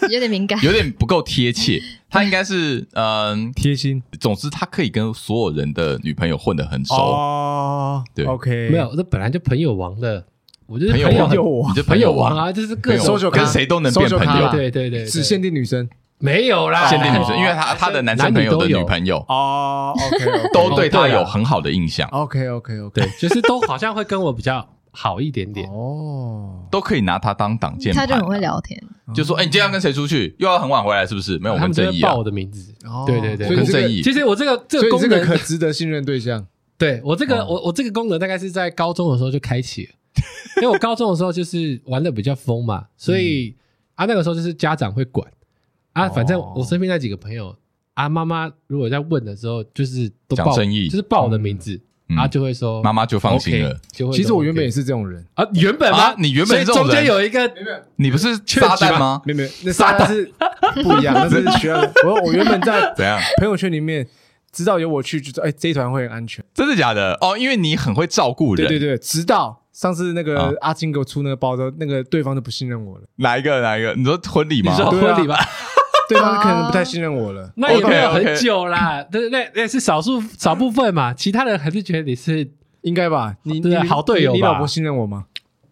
C: 有点敏感，
B: 有点不够贴 切，他应该是嗯、
A: 贴心
B: 总之他可以跟所有人的女朋友混得很熟，
A: 哦，
B: 对
A: ，OK，
D: 没有，这本来就朋友王的，我就是
B: 朋友
D: 朋友
B: 王
A: 有
D: 很
A: 我
B: 你，就
D: 朋友
B: 王
D: 王啊，，就是各
B: 朋
D: 种
B: 友
A: ，social
B: 跟
A: 咖
B: 谁都能变
A: social
B: 朋
A: 咖
B: 友
A: 啦，
D: 对哦对对，对
A: 只限定女生
D: 没有啦，
B: 限定女生，因为他他的男生朋友的女朋友
A: 哦，OK，
B: 都对他
D: 哦对啊
B: 有很好的印象，
A: ，OK OK OK，
D: 对，就是都好像会跟我比较好一点点。
A: 哦，
B: 都可以拿他当挡箭牌
C: 他
B: 啊，
C: 就很会聊天，
B: 就说：“哎、你今天要跟谁出去？又要很晚回来是不是？没有，我跟
D: 他们就
B: 正
D: 会
B: 义啊
D: 报，我的名字
A: 哦，
D: 对对对，
A: 所以
B: 跟
A: 这个
B: 正义。
D: 其实我这个这
A: 所
D: 个
A: 以
D: 功
A: 这个可
D: 能，
A: 值得信任对 象，
D: 对我这个
A: 哦
D: 我我这个功能大概是在高中的时候就开启了，因为我高中的时候就是玩的比较疯嘛，所以
B: 嗯
D: 啊那个时候就是家长会管啊，
A: 哦
D: 反正我身边那几个朋友啊，妈妈如果在问的时候，就是都
B: 讲
D: 报
B: 正义
D: 就是报我的名字
B: 嗯
D: 啊，就会说
B: 妈妈就放心了
D: OK，就会说
A: 其实我原本
D: OK
A: 也是这种人，
D: 啊，原本吗
B: 啊？你原本
D: 所以
B: 是这种
D: 中间
B: 人
D: 有一个
B: 你不是撒旦吗？
A: 没有没有，那撒旦是不一 样，那是学校， 我我原本 在
B: 怎样？
A: 朋友圈里面知道有我去，就说哎这一团会很安全，
B: 真的假的？哦，因为你很会照顾
A: 对
B: 人。
A: 对对，直到。上次那
B: 啊
A: 个阿金给我出那个包之后，那个对方就不信任我了，
B: 哪一个？哪一个？你说婚礼
D: 你
B: 吗？
D: 说
A: 对啊
D: 婚礼吧？
A: 对方可能不太信任我了。
D: 那也没有
B: OK，OK
D: 很久啦，但是那那是少数少部分嘛，其他人还是觉得你是
A: 应该吧？你
D: 对啊
A: 你
D: 好队友吧
A: 你你老婆信任我吗？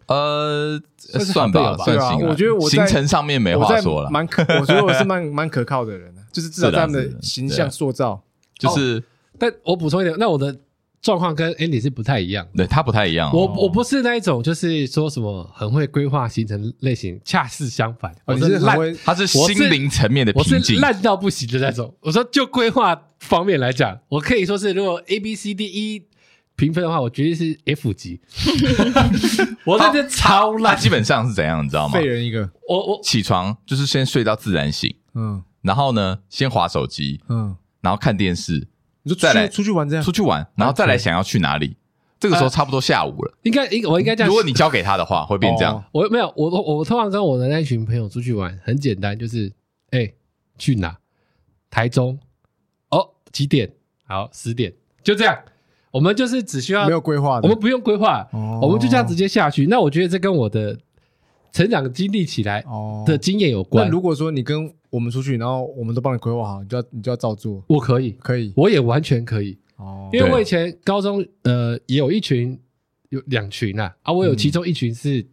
B: 呃，
D: 是
B: 算吧，
D: 好
B: 算
A: 队友吧
B: 行
A: 对
B: 了。
A: 啊我觉得我在
B: 行程上面没
A: 我
B: 话
A: 在
B: 说了，
A: 蛮可，我觉得我是蛮 蛮可靠的人啊，就是至少
B: 是的
A: 在他
B: 是
A: 们
B: 的
A: 的形
B: 对啊
A: 象塑造。哦
B: 就是
D: 但我补充一点，那我的状况跟 Andy 是不太一样的。
B: 对他不太一样哦。
D: 我我不是那一种，就是说什么很会规划行程类型，恰似相反，
A: 哦，
D: 我
A: 你是很
D: 烂，
A: 会
B: 他是心灵层面的
D: 我
B: 平
D: 是
B: 静。
D: 烂到不行的那种。我说就规划方面来讲，我可以说是如果 A B C D E 评分的话，我绝对是 F 级，我那是超
B: 他
D: 烂，
B: 基本上是怎样，你知道吗
A: 废？人一个。
D: 我我
B: 起床就是先睡到自然醒，
A: 嗯
B: 然后呢，先划手机，
A: 嗯，
B: 然后看电视，
A: 你说
B: 再
A: 出
B: 来
A: 去出去玩
D: 啊
A: 这样
B: 出，去玩，然后再来想要去哪里。这个时候差不多下午了。
D: 应该应我应哎该这样
B: 如果你交给他的话，会变这样
A: 哦。
D: 我没有，我我我通常跟我的那群朋友出去玩，很简单，就是哎、去哪？台中哦，几点？好，十点，就这样。我们就是只需要
A: 没有规划的。
D: 我们不用规划，
A: 哦
D: 我们就这样直接下去。那我觉得这跟我的成长经历起来
A: 哦
D: 的经验有
A: 那
D: 关。
A: 如果说你跟我们出去，然后我们都帮你规划好，你就要你就要照做，
D: 我可以，
A: 可以。
D: 我也完全可以，
A: 哦，
D: 因为
B: 对
D: 我以前高中呃也有一群有两群啊啊，我有其中一群是、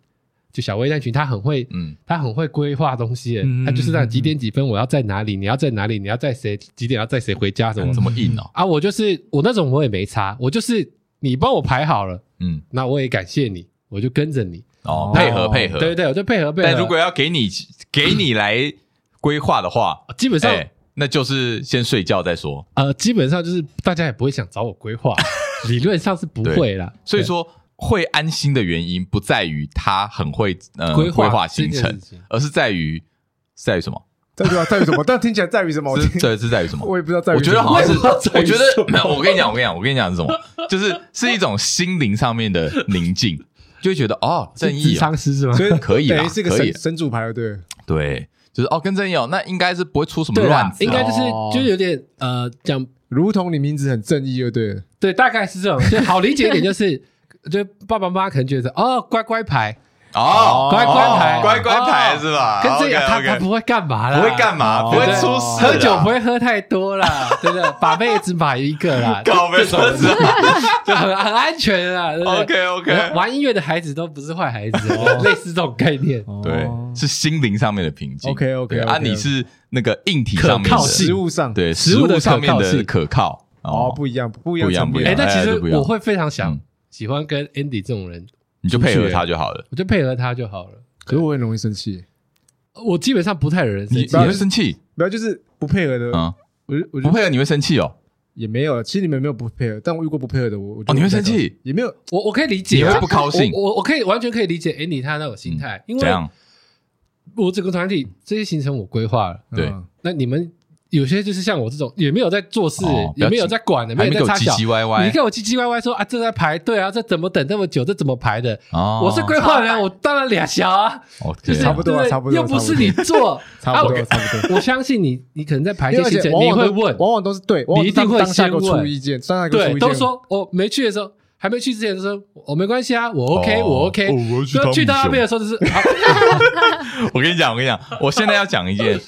D: 就小薇那群，他很会
B: 嗯，
D: 他很会规划东西耶
A: 嗯，
D: 他就是让几点几分我要在哪里，你要在哪里，你要在谁几点要载谁回家什
A: 嗯
D: 么
B: 这么硬哦。
D: 啊？我就是我那种我也没差，我就是你帮我排好了，
B: 嗯，
D: 那我也感谢你，我就跟着你，
B: 哦
A: 哦，
B: 配合配合。
D: 对对对，我就配合配合。
B: 但如果要给你给你来规划的话，
D: 哦基本上
B: 哎，那就是先睡觉再说。
D: 呃，基本上就是大家也不会想找我规 划，理论上是不会啦。
B: 所以说，会安心的原因不在于他很会呃
D: 对
B: 规
D: 划
B: 划
D: 这
B: 行
D: 件
B: 程
D: 事，情
B: 而是在于是在于什么？
A: 在于啊在于什么？但听起来在于什么？
D: 哦
A: 我
B: 是
A: 听
B: 对是在于什么？
A: 我也不知道在于
B: 我
A: 什
B: 觉
A: 么。
B: 得好像是，
D: 在
B: 我
D: 于
B: 觉
D: 什么
B: 得没有。我跟你讲，我跟你讲，我跟你讲是什么？就是是一种心灵上面的宁静，就会觉得哦，正
D: 是
B: 义哦
D: 智商师是吗？
A: 所以
B: 可以啦
A: 等于是个
B: 可以
A: 神神主牌，对了。
B: 对，就是哦，跟正义哦，那应该是不会出什么
D: 对
B: 乱
D: 啦，
B: 子
D: 应
B: 哦。
D: 该就是
A: 哦
D: 就是有点呃讲
A: 如同你名字很正义，就对了。
D: 对，大概是这种，就好理解一点，就是就爸爸妈妈可能觉得哦，乖乖牌，
B: 哦，
D: 乖乖牌哦
B: 乖乖牌是吧？
D: 跟这个
B: OK，OK
D: 他他不会干嘛啦，
B: 啊不会干嘛，
A: 哦
B: 不会出事啦，啊
D: 喝酒不会喝太多 啦，真的把妹只买一个啦，
B: 搞没
D: 这
B: 出
D: 种
B: 事。啊
D: 就很很安全啦。对不对
B: OK
D: 然后
B: OK，
D: 玩音乐的孩子都不是坏孩子，哦
B: 哦
D: 类似这种概念。
A: 哦
B: 对，
D: 哦
B: 是心灵上面的平静。
A: OK，OK，OK，
B: 对啊，
A: OK，OK
B: 你是那个硬体上面
D: 可
B: 的
D: 靠性
A: 食物上
B: 对，
D: 食
B: 食
D: 物
B: 物
D: 的
B: 上面
D: 可靠性
B: 的可靠
A: 哦，不一样，不一样
B: 不一样
A: 层
B: 不一样
A: 面
D: 哎，但其
B: 哎
D: 实
B: 就不一样
D: 我会非常想
B: 嗯
D: 喜欢跟 Andy 这种人，
B: 你就配合他就好了。
D: 我就配合他就好了。
A: 可是我很容易生气，
D: 我基本上不太惹人
B: 你
D: 生
B: 你
D: 气，
B: 会生气
A: 没有就是不配合的，
B: 啊？
A: 我就
B: 不
A: 我就
B: 配合你会生气哦。
A: 也没有，啊其实你们没有不配合，但我遇过不配合的，我我就
B: 哦你会生气，
A: 也没有
D: 我我可以理解啊，
B: 你会不高兴嗯
D: 我我我可以完全可以理解 Andy 他那种心态，因
B: 怎
D: 为
B: 样？
D: 我整个团体这些行程我规划了，
B: 对
A: 嗯
D: 那你们有些就是像我这种也没有在做事
B: 哦，
D: 也没有在管的，
B: 还
D: 没
B: 没
D: 有
B: 给
D: 在
B: 我唧
D: 插小。
B: 唧歪歪
D: 你看我唧唧歪歪说啊，这在排队啊，这怎么等这么久？这怎么排的？
B: 哦，
D: 我是规划人，我当然俩小啊，
B: 哦，
D: 就
B: 对
D: 是
B: 啊
A: 差不多啊
D: 对对
A: 差不多
D: 又不是你做，
A: 差不
D: 啊
A: 多差不多。
D: 我我相信你，你可能在排
A: 因
D: 一
A: 为
D: 些
A: 而
D: 行
A: 且
D: 程，
A: 往
D: 你
A: 往
D: 会
A: 都
D: 问，
A: 往往都是对，往往
D: 你一
A: 当
D: 定会
A: 当下给我
D: 先问
A: 出意见，当下给我出
D: 对，
A: 意见，
D: 都说我没去的时候，还没去之前就说我没关系啊，我 OK，
B: 哦
D: 我 OK
B: 哦我要。去
D: 就去到
B: 汤姆
D: 那边
B: 熊
D: 的时候就是啊
B: 我跟你讲，我跟你讲，我现在要讲一件，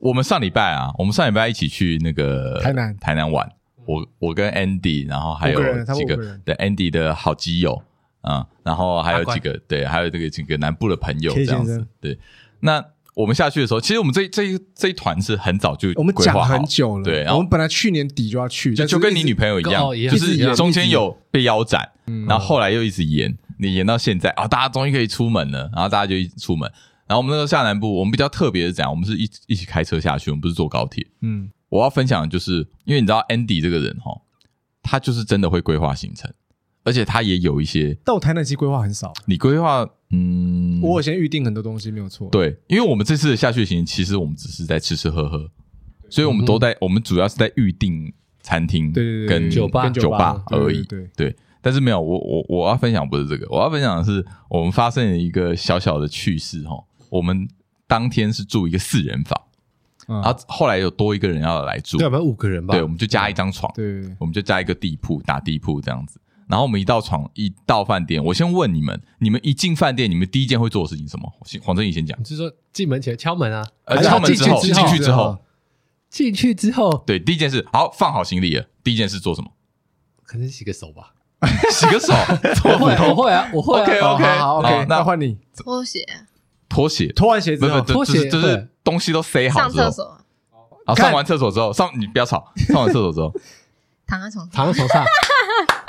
B: 我们上礼拜啊，我们上礼拜一起去那个
A: 台南
B: 台南玩，我我跟 Andy，然后还
A: 五个人
B: 有
A: 差不
B: 几
A: 多
B: 个
A: 五个人
B: 对 Andy 的好基友啊、然后还有
D: 阿关
B: 几个对，还有这个几个南部的朋友
A: K
B: 这样
A: 先
B: 子
A: 生，
B: 对，那。我们下去的时候，其实我们这这一这一团是很早就
A: 我们
B: 规划
A: 讲
B: 好
A: 很久了，
B: 对，然
A: 我
B: 后
A: 们本来去年底就要去，
B: 就
A: 但是
B: 就跟你
A: 一直
B: 女朋友一样，
D: 哦一样
B: 就
D: 一直
B: 是
D: 延
B: 中间有被腰斩，然后后来又一直延，你延到现在啊，大家终于可以出门了，然后大家就一起出门。然后我们那时候下南部，我们比较特别的讲，我们是一一起开车下去，我们不是坐高铁。
A: 嗯，
B: 我要分享的就是，因为你知道 Andy 这个人哈，他就是真的会规划行程，而且他也有一些
A: 但我台南其实规划很少，
B: 你规划，嗯，
A: 我有先预定很多东西没有错，，
B: 对，因为我们这次的下去行，其实我们只是在吃吃喝喝，所以我们都在，我们主要是在预定餐厅
A: 对对对
B: 跟
A: 对
D: 酒吧
B: 跟酒吧
A: 对对
B: 而已。
A: 对对
B: 但是没有，我我我要分享不是这个，我要分享的是我们发生了一个小小的趣事哈。我们当天是住一个四人房，
A: 嗯啊
B: 然后后来有多一个人要来住，
D: 对，啊我们五个人吧
B: 对，我，们就加一张床，
A: 对对
B: 我们就加一个地铺打地铺这样子。然后我们一到床一到饭店，我先问你们，你们一进饭店，你们第一件会做的事情是什么？我先黄正义先讲。
D: 你是说进门前敲门啊？
B: 呃，
A: 还是
B: 敲门之后，
A: 哎进去之
B: 进
A: 后啊
B: 去之后，
D: 进去之后
B: 对，第一件事，好，放好行李了。第一件事做什么？
D: 可能洗个手吧。
B: 洗个 手，
D: 我会啊，我会啊，我会啊。
A: 好好好 OK，哦
B: 好
A: 那
B: 那
A: 换你
C: 拖鞋、
B: 拖鞋，
A: 脱完鞋
B: 不
A: 之
B: 不，
A: 后，
B: 就
D: 拖
B: 就
D: 鞋
B: 是就是
D: 对
B: 东西都塞好
C: 上
B: 之后
C: 厕，所、
B: 好，
A: 看
B: 上完厕所之后，上你不要吵，上完厕所之后，
C: 躺在床上，
D: 躺在床上，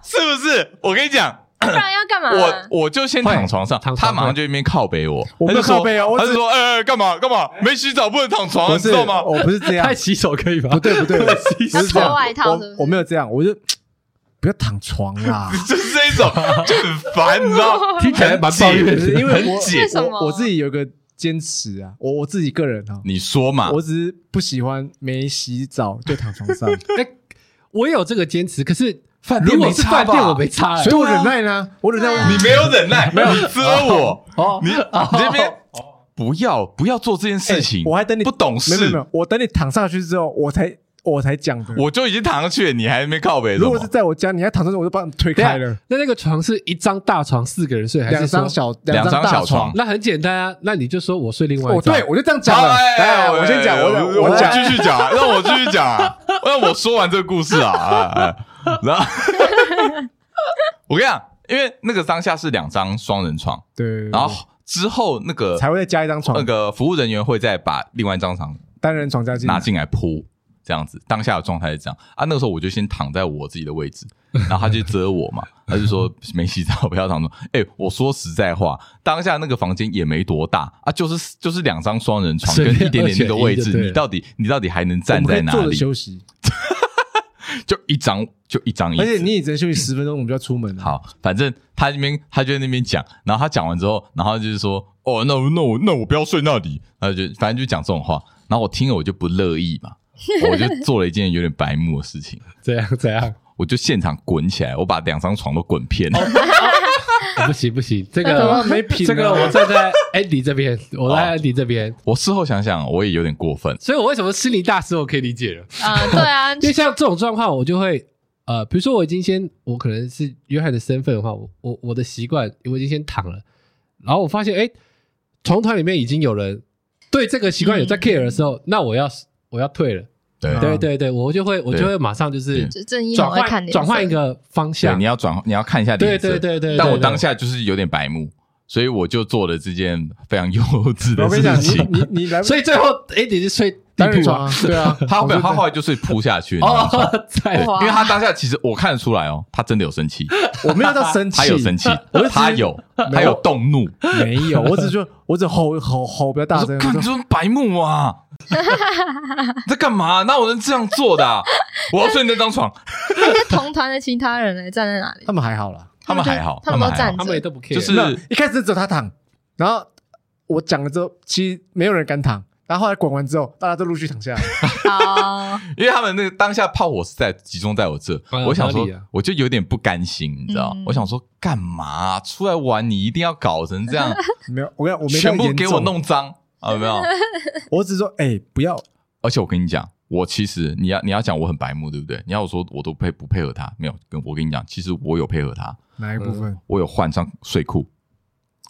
B: 是不是？我跟你讲，
C: 啊不然要干嘛、
B: 我我就先躺床上
D: 会躺，床
B: 他马上就一边靠北我，
A: 我没
B: 他
A: 有
B: 就说
A: 靠北啊我
B: 他就
A: 只
B: 说，哎，哎干嘛干嘛，没洗澡不能躺床啊，
A: 不
B: 你
A: 是，
B: 知道吗？
A: 我不是这样
D: 太，洗手可以吧？
A: 不对不对，不是这样
C: 脱外，套是不是
A: 我我没有这样，我就不要躺床 啦。
B: 就是这一种，就很烦，你知道？
D: 听起来蛮抱怨
A: 不是
D: 的。
A: 因为
B: 很
A: 我
B: 解
C: 为什么
A: 我我自己有个坚持啊，我我自己个人啊，
B: 你说嘛，
A: 我只是不喜欢没洗澡就躺床上，
D: 哎，我有这个坚持，可是饭
B: 店
D: 如果
B: 没
D: 是
B: 差
D: 饭店，
B: 吧
D: 我没差哎。
A: 所以我忍耐呢，我忍耐
C: 啊对
A: 我
C: 啊
B: 你没有忍耐，没有遮我，
D: 哦
B: 你你这边不要不要做这件事情，
A: 我还等你
B: 不懂
A: 没有没
B: 事
A: 有没，有，我等你躺上去之后，我才我才讲的。
B: 我就已经躺上去了，你还没靠北什
A: 如果是
B: 么？
A: 在我家，你还躺上去，我就把你推
D: 等一
A: 开
D: 下
A: 了。
D: 那那个床是一张大床，四个人睡，还
A: 两
D: 是说
A: 张？小
B: 两
A: 张
B: 张
A: 大
B: 小床
D: 那很简单啊，那你就说我睡另外一
A: 哦，
D: 张。
A: 对，我就这样讲了。
B: 哎
A: 来，我先讲，我
B: 我
A: 讲
B: 继续讲啊，让我继续讲啊， 让我说完这个故事啊啊，哎然后我跟你讲，因为那个当下是两张双人床，
A: 对，
B: 然后之后那个
A: 才会再加一张
B: 那
A: 床，
B: 个服务人员会再把另外一张床
A: 单人床加进来
B: 拿进来铺，这样子，当下的状态是这样啊。那个时候我就先躺在我自己的位置， 然后他就责我 嘛，他就说没洗澡不要躺床。哎、我说实在话，当下那个房间也没多大啊，就是就是两张双人床
D: 随
B: 跟
D: 便
B: 一点点那个位
D: 二选一就对
B: 置，
D: 了
B: 你到底你到底还能
A: 我
B: 站
A: 们可以
B: 在哪
A: 坐着
B: 里？
A: 休息，
B: 就一张就一张椅
A: 而且
B: 子。
A: 你也只能休息十分钟，我们就要出 门了。，
B: 好，反正他那边他就在那边讲，然后他讲完之后，然后就是说，哦，那我那我那我不要睡那里，然后就反正就讲这种话，然后我听了我就不乐意嘛，我就做了一件有点白目的事情，
D: 怎样怎样？
B: 我就现场滚起来，我把两张床都滚偏了。
D: 啊不行不行，这
C: 那怎
D: 个
C: 么
A: 没品啊哦
D: 这个我站在 Andy 这边，我在 Andy 这边，
B: 我事后想想，我也有点过分。
D: 所以我为什么心理大师我可以理解了，
C: 啊，对啊，
D: 因为像这种状况，我就会呃，比如说我已经先，我可能是约翰的身份的话，我我我的习惯，我已经先躺了，然后我发现，哎，同团里面已经有人对这个习惯有在
C: 嗯
D: care 的时候，那我要我要退了。
B: 对
A: 啊
D: 对对对，我就会我就会马上就是
B: 对
C: 就正义
D: 转
C: 很会看
D: 换
C: 脸色
D: 转换一，个方
B: 对，
D: 向
B: 你。要转，你要看一下
D: 对
B: 脸色。
D: 对对对，
B: 但我
D: 对
B: 当下就是有点白目，所以我就做了这件非常幼稚的
A: 我跟
B: 事
A: 你讲，你
B: 情。
A: 你你来不
D: 所以最后哎，你是睡地
A: 单人
D: 铺
A: 床 啊
D: 啊？，
A: 对啊，
B: 他没有，
A: 我
B: 他
A: 就
B: 后来就是扑下去，你知道吗
D: 哦，在
B: 对
C: 哇
B: 哎因为他当下其实我看得出来哦，他真的有生气，
A: 我没有到生气，
B: 他有生 气，他有，他
A: 没
B: 有
A: 有
B: 动怒。
A: 没有，我只就我只吼吼吼比较大
B: 我
A: 声，
B: 说：“
A: 我
B: 看这
A: 说
B: 种白目 啊，你在干嘛？啊那我能这样做的啊？我要睡你那张床。
C: 那些同团的其他人呢站在哪里？
A: 他们还好啦，”
B: 他们
C: 就
B: 还好，
C: 他们都
B: 还好
C: 站
D: 他们也
C: 着，
D: 都不 care，
B: 就是
A: 那一开始只有他躺，然后我讲了之后，其实没有人敢躺，然后后来管完之后，大家都陆续躺下来，
C: 哦，
B: 因为他们那个当下炮火是在集中在我这
D: 哎，呀
B: 我想说
D: 哪里啊，
B: 我就有点不甘心，你知道
C: 嗯？
B: 我想说，干嘛啊出来玩？你一定要搞成这样，
A: 没 有，我跟你讲我没
B: 全
A: 看
B: 部
A: 严
B: 给我
A: 重，
B: 弄脏啊？有没有？
A: 我只是说哎不要，
B: 而且我跟你讲，我其实你要你要讲我很白目，对不对？你要我说我都配不配合他？没有，跟我跟你讲，其实我有配合他，
A: 哪一部分？
B: 我有换上睡裤，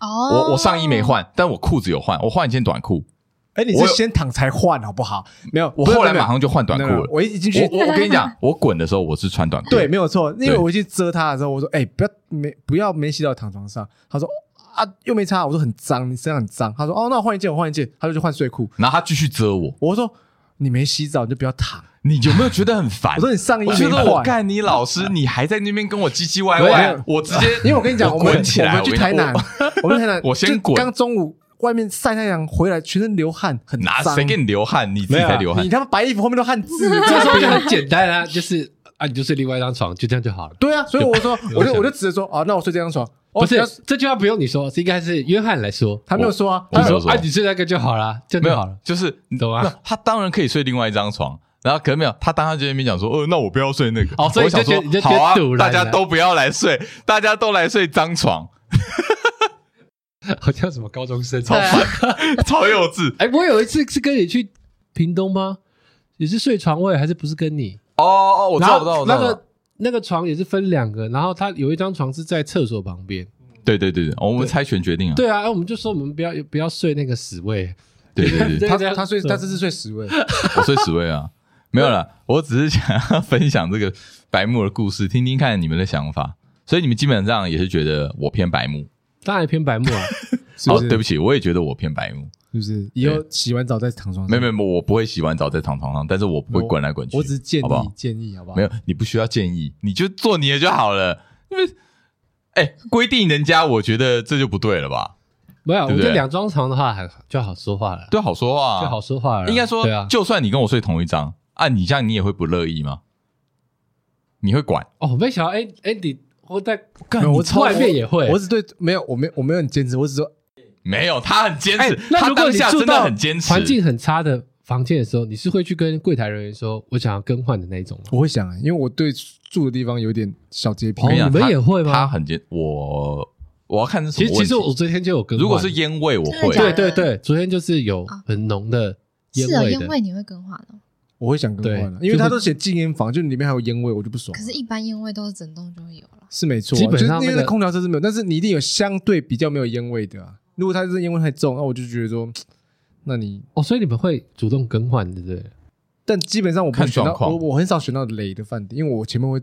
C: 哦，
B: 我我上衣没，换，但我裤子有换，我换一件短裤，
A: 哎，你
B: 我
A: 是
B: 有
A: 先躺才换好不好？没有，
B: 我
A: 不是
B: 后来
A: 没有
B: 马上就换短裤
A: 没有没有
B: 了。
A: 我一进去
B: 我我我跟你讲，我滚的时候我是穿短裤，
A: 对，，没有错，因
B: 对
A: 为我去遮他的时候，我说：“哎、不要没不要没洗澡躺床上。”他说：“啊，又没擦。”我说：“很脏，你身上很脏。”他说：“哦，那我换一件，我换一件。”他就去换睡裤。
B: 然后他继续遮我，
A: 我说：“你没洗澡你就不要躺。
B: 你有没有觉得很”烦？
A: 我说：“你上衣
B: 哎我觉
A: 没
B: 得我
A: 换。
B: 干你老师，你还在那边跟我唧唧歪
A: 对
B: 歪
A: 啊，
B: 我直接”，
A: 因为我跟你讲，我们
B: 滚起来，
A: 们去
B: 我跟
A: 台
B: 你讲
A: 南，我们去台南，
B: 我先
A: 就
B: 滚
A: 刚中午外面晒太阳回来，全身流汗，很
B: 我拿
A: 脏。
B: 谁给你流汗？你自己
D: 没有啊
B: 在流汗
A: 你，他妈白衣服后面都汗渍，你知
D: 这
A: 道
D: 时
A: 吗
D: 候就 很简单啊，就是啊，你就睡另外一张床，就这样就好了。
A: 对啊， 所以我说，我就
D: 想
A: 我就指着说：“啊，那我睡这张床。”哦
D: 不是
A: 要
D: 这句话不用你说，是应该是约翰来说，
A: 他没有说啊，
B: 我
A: 他
D: 他
B: 没有
D: 说
B: 说
D: 啊，你睡那个就好了，这样
B: 没
D: 就好
B: 有
D: 了，，
B: 就是
D: 你懂
B: 那
D: 吗？
B: 他当然可以睡另外一张床，然后可能没有，他当时就在那边讲说，呃，那我不要睡那个。
D: 哦所以
B: 我想
D: 就觉得
B: 说
D: 你就觉
B: 好
D: 得
B: 啊
D: 堵，然
B: 大
D: 了
B: 家都不要来睡，大家都来睡张床，
D: 好像什么高中生。
C: 对啊，
B: 超幼稚
D: 哎，我有一次是跟你去屏东吗？也是睡床位，还是不是跟你？
B: 哦哦，我知
D: 然
B: 道，
D: 后
B: 我知道，我知
D: 那
B: 道。
D: 个那个床也是分两个，然后他有一张床是在厕所旁边。
B: 对对对对，我们猜拳决定啊。
D: 对啊，哎我们就说我们不要不要睡那个死位。
B: 对对对，
A: 他
D: 这样
A: 他睡
D: 对
A: 他这次睡十位，
B: 我睡十位啊，没有了，我只是想要分享这个白目的故事，听听看你们的想法。所以你们基本上也是觉得我偏白目，
D: 当然偏白目啊，
A: 是不
B: 哦，
A: 是？
B: 对不起，我也觉得我偏白目。
A: 是不是？以后洗完澡再躺床上。
B: 没有没有，没有我不会洗完澡再躺床上，但是我不会滚来滚去。
A: 我只是建
B: 好不好
A: 议建议，好不好？
B: 没有，你不需要建议，你就做你的就好了。因为，哎，规定人家，我觉得这就不对了吧？
D: 没有，我
B: 对不对
D: 觉得两张床的话还就好说话了，
B: 对，好说话、啊，
D: 就好说话了。
B: 应该说，
D: 对啊，
B: 就算你跟我睡同一张啊，你这样你也会不乐意吗？你会管？
D: 哦，没想到，哎、哎，你我在
A: 没有，我
D: 你外面也会
A: 我只对没有，我没我没有很坚持，我只说
B: 没有，他很坚持，
D: 哎那
B: 哎他
D: 如果
B: 当
D: 你
B: 下
D: 住
B: 真的
D: 到
B: 很坚持。
D: 环境很差的房间的时候，你是会去跟柜台人员说我想要更换的那一种吗？
A: 我会想啊，因为我对住的地方有点小洁癖
B: 我。跟你讲
D: 哦你们
B: 他
D: 也会吗
B: 他很坚，我我要看是什
D: 其
B: 么
D: 实
B: 问题。
D: 其实我昨天就有更换，
B: 如果是烟味，我会
C: 真
D: 对
C: 的假
D: 对
C: 的
D: 对，昨天就是有很浓的烟
C: 啊是哦，
D: 味的，
C: 烟味你会更换哦，
A: 我会想更换了，
D: 对
A: 因为他都写禁烟房，就里面还有烟味，我就不爽
C: 可。是，一般烟味都是整栋就有了。
A: 是没错啊，
D: 基本上
A: 就是因
D: 那
A: 为
D: 个
A: 那空调设是没有，但是你一定有相对比较没有烟味的啊。如果它是烟味太重，那我就觉得说，那你
D: 哦，所以你们会主动更换，对不对？
A: 但基本上我不会
B: 看
A: 选到
B: 状况
A: 我我很少选到雷的饭店，因为我前面会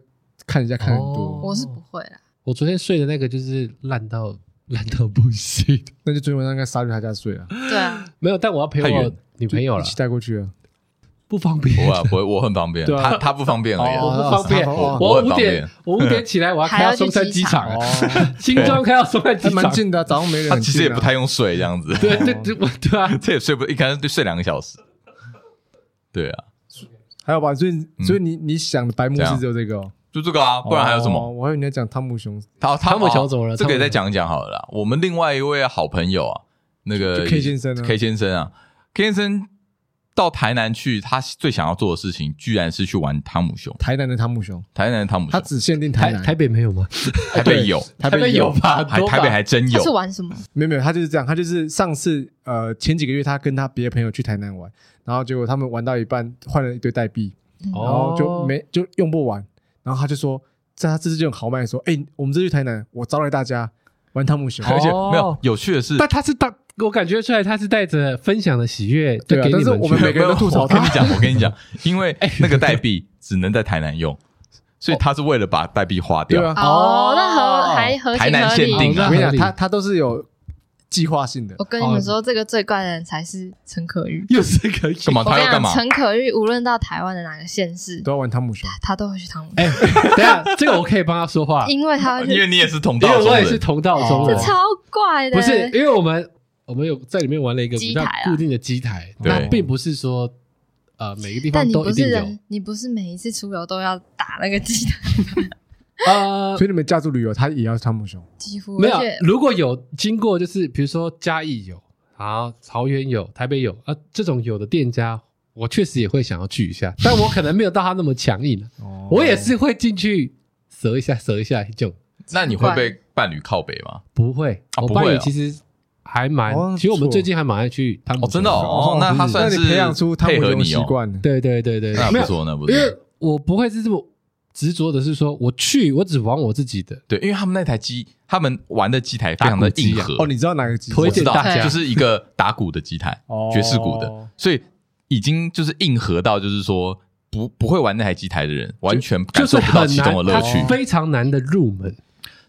A: 看一下看很多
D: 哦，
C: 我是不会啦，
D: 我昨天睡的那个就是烂到烂到不行，
A: 那就昨天晚上应该杀去他家睡了，
C: 对啊，
D: 没有，但我要陪
B: 太远
D: 我女朋友
A: 一
D: 了
A: 起，带过去啊。
D: 不方 便。
B: 我我我很方便，
A: 对啊
B: 他他不方便而已
D: 我
B: 啊。
A: 哦
D: 不方便，
A: 哦
D: 我
B: 我很
D: 五
B: 方
D: 点
B: 便
D: 我五点起来，我要开到松山机场，
A: 哦
D: 哎，新庄开到松山机
A: 还蛮
D: 场，
A: 近的啊，早上没人
B: 他
A: 很近啊。
B: 其实也不太用睡这样子，
D: 对对对，我对啊，
B: 这也睡不一开始就睡两个小时。对啊，
A: 还有吧，所以
B: 嗯
A: 所以你你想的白目
B: 怎样
A: 是只有这个哦，
B: 就这个啊，不然还有什
A: 哦
B: 么？
A: 我还以为你在讲汤姆熊，
B: 他哦
D: 汤姆熊怎么了
B: 这个也
D: 汤姆
B: 再
D: 熊
B: 讲一讲好了啦。我们另外一位好朋友啊，那个
A: 就 K 先生啊
B: ，K 先生啊，K 先生到台南去，他最想要做的事情，居然是去玩汤姆熊。
A: 台南的汤姆熊，
B: 台南的汤姆
A: 它
B: 熊，
A: 只限定
D: 台
A: 南，
D: 台北没有吗？
B: 台北有，
A: 台
D: 台北有
A: 有，
D: 吧？
B: 还
D: 多吧
B: 台北还真
C: 他是
B: 有。
C: 玩什么？
A: 没有没有，他就是这样，他就是上次呃前几个月他跟他别的朋友去台南玩，然后结果他们玩到一半换了一堆代币，
C: 哦
A: 然后就
D: 哦
A: 没就用不完，然后他就说，在他这次就很豪迈地说，哎，我们这次去台南，我招待大家，玩汤姆熊，
D: 好
B: 而且
D: 哦
B: 没有有趣的是，
D: 但他是带，我感觉出来他是带着分享的喜悦，
A: 对啊
D: 就给你
A: 但是我
D: 去
A: 们 每个人都吐槽
B: 我跟你
A: 他哎
B: 讲，我跟你讲，因 为那个代币只能在台南用，所以他是为了把代币花掉。
A: 对啊，
C: 哦，那合还合
B: 台
C: 情
B: 南
C: 合
B: 限定啊
C: 理。
D: 哦
A: 我
D: 那
A: 跟你
D: 合
A: 讲，
D: 理
A: 他他都是有计划性的
C: 我，跟你们
D: 哦
C: 说，这个最怪的人才是陈可玉。
D: 又是可以
B: 干嘛？
C: 我
B: 哦他
C: 跟你
B: 要干
C: 讲，
B: 嘛？
C: 陈可玉无论到台湾的哪个县市，
A: 都要玩汤姆熊。
C: 他都会去汤姆，
D: 哎，等一下这个我可以帮他说话，
C: 因为他会
B: 啊因为
C: 去，
B: 你也是同
D: 因
B: 道
D: 为
B: 中
D: 我也
B: 人，
D: 是同道中人
A: 哦，
C: 超怪的。
D: 不是因为我们我们有在里面玩了一个比
C: 机
D: 较
C: 台啊
D: 固定的机台，
B: 对
D: 那并不是说呃每个地
C: 但
D: 方
C: 你
D: 都
C: 不
D: 一
C: 是
D: 定有
C: 人，你不是每一次出游都要打那个鸡蛋，
D: 呃
A: 所以你们家族旅游，他也要汤姆熊，
C: 几乎
D: 没有啊
C: 而且，
D: 如果有经过就是比如说嘉义有，啊桃园有，台北有啊这种有的店家。我确实也会想要去一下， 但我可能没有到他那么强硬、啊
A: 哦
D: 我也是会进去折一下折一下这种，
B: 那你会被伴侣靠北吗？
D: 不会，
B: 啊
D: 我
B: 不会
D: 伴侣
B: 哦
D: 其实还蛮，
A: 哦
D: 其实我
A: 不
D: 们
A: 错
D: 最近还蛮爱去汤
B: 哦，
D: 姆熊
B: 真的哦，哦那他算
A: 那
B: 是
A: 你培养出汤姆
B: 配合
A: 熊
B: 你
A: 习
B: 哦，
A: 惯了。
D: 对对对对，
B: 那不
D: 没有，
B: 错，那不
D: 因
B: 错。
D: 为我不会是这么执着的，是说我去，我只玩我自己的，
B: 对，因为他们那台机，他们玩的机台非常的硬核。
A: 哦，你知道哪个集团
D: 推
B: 我
D: 荐
B: 知道
D: 大家，
B: 就是一个打鼓的机台
A: 哦，
B: 爵士鼓的，所以已经就是硬核到，就是说不不会玩那台机台的人，完全
D: 就
B: 感
D: 是
B: 受不到
D: 很
B: 其
D: 难，
B: 中的乐趣
D: 它。非常难的入门，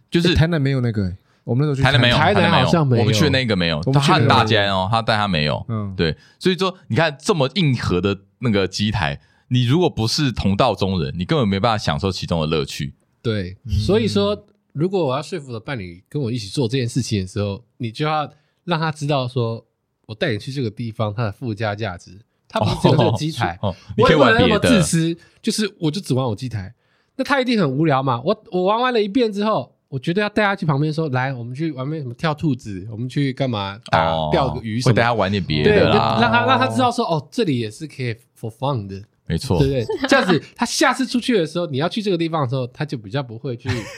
B: 就是
A: 欸台南没有那个，欸我们那时候去
B: 台南没有，
D: 台南
B: 没有
D: 好像没有
B: 我们去那个没有，
A: 我们去
B: 他很
A: 那个没有
B: 大间哦，他但他没有。
A: 嗯，
B: 对，所以说你看这么硬核的那个机台，你如果不是同道中人，你根本没办法享受其中的乐趣。
D: 对，
A: 嗯
D: 所以说，如果我要说服我的伴侣跟我一起做这件事情的时候，你就要让他知道说，我带你去这个地方，它的附加价值，它不是只有这个机台，
B: 哦，你
D: 我
B: 可以
D: 也不
B: 玩
D: 能那
B: 别
D: 么
B: 的
D: 自。私，就是我就只玩我机台，那他一定很无聊嘛。我我玩完了一遍之后，我绝对要带他去旁边说，来，我们去玩边什么跳兔子，我们去干嘛打、
B: 哦
D: 钓个鱼什
B: 会
D: 么
B: 带
D: 的。
B: 他玩点别
D: 对，
B: 的
D: 我就让
B: 啦，
D: 他让他知道说，哦，这里也是可以 for fun 的，
B: 没错
D: 对不，对？这样子，他下次出去的时候，你要去这个地方的时候，他就比较 不会去，懂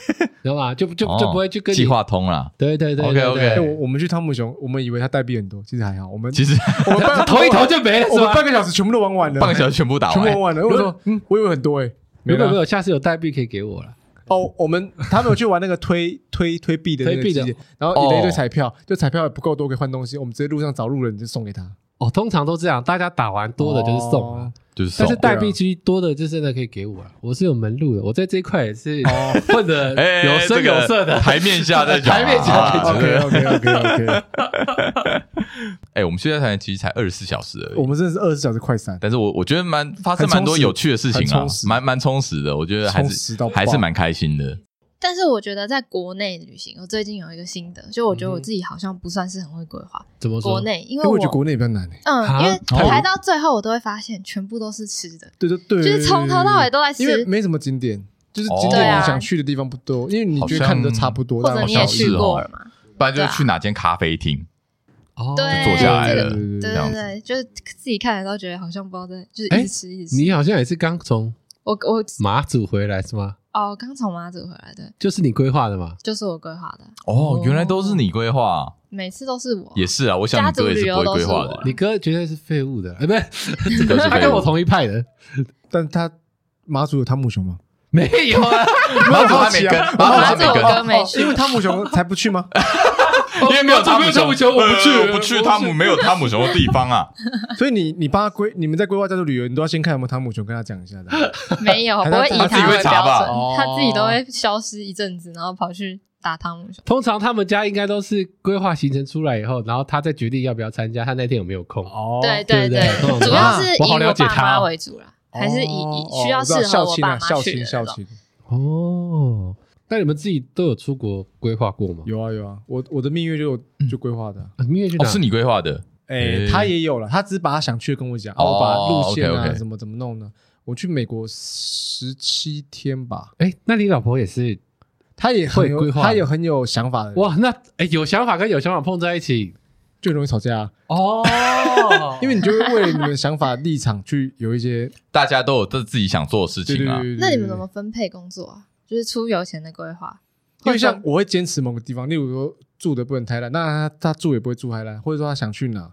D: 吗？就就
B: 哦
D: 就不会去跟你
B: 计。划通啦。
D: 对对对
B: OK，OK
D: 对对
A: 欸
D: 对
A: 我我们去汤姆熊，我们以为他代币很多，其实还好。我们
B: 其实
A: 我们半
D: 投一投就没了，
A: 我
D: 是
A: 们
D: 吧
A: 半？个小时全部都玩完了，
B: 半个小时全部打
A: 全部玩
B: 完，
A: 完了。我说，嗯，我以为很多哎，没
D: 没有没
A: 了。
D: 有，下次有代币可以给我了。
A: 哦，我们他们有去玩那个推推推币的那个
D: 推币的
A: 机器，然后赢了一堆
B: 哦
A: 彩票，就彩票也不够多可以换东西，我们直接路上找路人就送给他，
D: 哦，通常都这样，大家打完多的就是送啊
A: 哦。
B: 就是送
D: 但是代币其实多的就真的可以给我了，我是有门路的，我在这一块也是混的
B: 哎，
D: 有声有色
B: 这个
D: 的。
B: 台面下在讲啊，
D: 台面下在讲
B: 啊
A: OK OK OK OK，
B: 哎，我们现在才其实才二十四小时而
A: 我
B: 已，
A: 们真的是二十小时快闪，
B: 但是我我觉得蛮发生
A: 很充
B: 蛮多有趣的事情
A: 实
B: 啊
A: 很充，实
B: 蛮蛮充实的，我觉得还
A: 充
B: 是
A: 实到爆
B: 还是蛮开心的。
C: 但是我觉得在国内旅行，我最近有一个心得，就我觉得我自己好像不算是很会规划
D: 怎么
C: 国
D: 嗯说？
C: 内，因
A: 因
C: 为
A: 为
C: 哎我
A: 我觉得国内比较难欸
C: 嗯，
D: 啊
C: 因为
D: 哦
C: 排到最后我都会发现全部都是吃的，
A: 对对对，
C: 就是从头到尾都在吃
A: 因为没什么景点，就是景
B: 哦对
A: 点
C: 啊
A: 你想去的地方不多，因为你觉
B: 好
A: 得
B: 像
A: 看的都差不多，
C: 或者
A: 大
C: 你
A: 家好
C: 也
A: 像
C: 去
B: 是哦
C: 过了嘛。
B: 不然就
C: 对
B: 是
C: 啊
B: 去哪间咖啡厅，
D: 哦
C: 对
B: 坐下来
C: 这个
B: 了，
D: 嗯
A: 对
C: 对
B: 这样
C: 对
B: 子
C: 对，就是自己看了都觉得好像不知道在，就是
D: 哎
C: 一直吃一直吃。
D: 你好像也是刚从
C: 我我
D: 马祖回来是吗？
C: 哦，刚从马祖回来，对，
D: 就是你规划的嘛？
C: 就是我规划的，
B: 哦，原来都是你规划，
C: 每次都是我。
B: 也是啊，我想你哥也是不会规划
C: 哦家族旅游都是我
B: 的，
D: 你哥绝对是废物的，哎，不
B: 你
D: 是，
B: 哥是废物
D: 他跟我同一派的，
A: 但他马祖有汤姆熊吗？
D: 没有 啊，
B: 马祖他没 跟，马
C: 马
B: 祖他
C: 祖
B: 没
C: 我
B: 跟，
C: 哥没
A: 哦因
C: 去
A: 为，汤姆熊才不去吗？
B: 因为没有汤姆
D: 我没有汤姆熊我不去
B: 呃我不去汤姆，没有汤姆熊的地方 啊。
A: 所以你你帮他规，你们在规划家族旅游，你都要先看有没有汤姆熊，跟他讲一下的。
C: 没有，我
A: 还
C: 不
A: 在
C: 会以
A: 他
B: 自己
C: 为
B: 会查吧
C: 标准
A: 哦，
C: 他自己都会消失一阵子，然后跑去打汤姆熊。
D: 通常他们家应该都是规划行程出来以后，然后他再决定要不要参加，他那天有没有空。
A: 哦
C: 对对
D: 对 对对
C: 主
A: 啊
C: 要是以
D: 我好了
C: 我
D: 解
C: 爸
D: 他
C: 妈
D: 哦
C: 为主啦，还是以以需要
A: 哦
C: 适合我爸
A: 我知道
C: 妈
A: 孝
C: 去
A: 亲
C: 的
A: 啊孝亲孝
C: 那种。
A: 亲，
D: 哦，那你们自己都有出国规划过吗？
A: 有啊有啊，我我的蜜月就就规划的啊。
D: 啊，蜜月去哪？
B: 哦，是你规划的，
A: 哎
B: 诶，
A: 他也有了，他只是把他想去的跟我讲，啊
B: 哦
A: 我把路线
B: OK，OK
A: 啊怎么怎么弄呢？我去美国十七天吧，
D: 哎，那你老婆也是
A: 他也很
D: 会规
A: 有，
D: 划
A: 他也很有想法的人，
D: 哇？那哎，有想法跟有想法碰在一起
A: 就很容易吵架啊，
D: 哦，
A: 因为你就会为了你们的想法立场去有一些
B: 大家都有自自己想做的事
A: 对
B: 情
A: 对
B: 啊。
A: 对。
C: 那你们怎么？分配工作啊？就是出游前的规划，
A: 因为像我会坚持某个地方，例如说住的不能太烂，那他他住也不会住太烂，或者说他想去哪，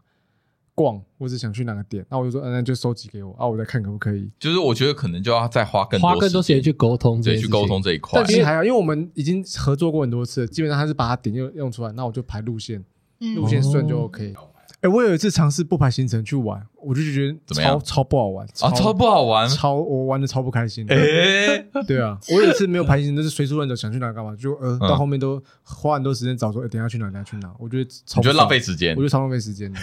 A: 逛，或者想去哪个点，那我就说，嗯，那就收集给我啊，我再看可不可以。
B: 就是我觉得可能就要再花更
D: 花更多时间去沟通这
B: 对
D: 件
B: 去
D: 事情，
B: 沟通这一块啊
A: 但。其实还好，因为我们已经合作过很多次了，基本上他是把他点用用出来，那我就排路线，
C: 嗯
A: 路线顺就 OK。哎、我有一次尝试不排行程去玩，我就觉得
B: 怎么
A: 超
B: 样
A: 超不好玩
B: 啊，超不好玩。
A: 超我玩的超不开心的。
B: 哎，
A: 对啊，我有一次没有排行程，就是随处乱走，想去哪干嘛，就呃到
B: 嗯
A: 后面都花很多时间找说，哎、等一下去哪，等一下去哪，我觉得超
B: 你觉得
A: 不爽
B: 浪费，时间
A: 我觉，得超浪费时间的。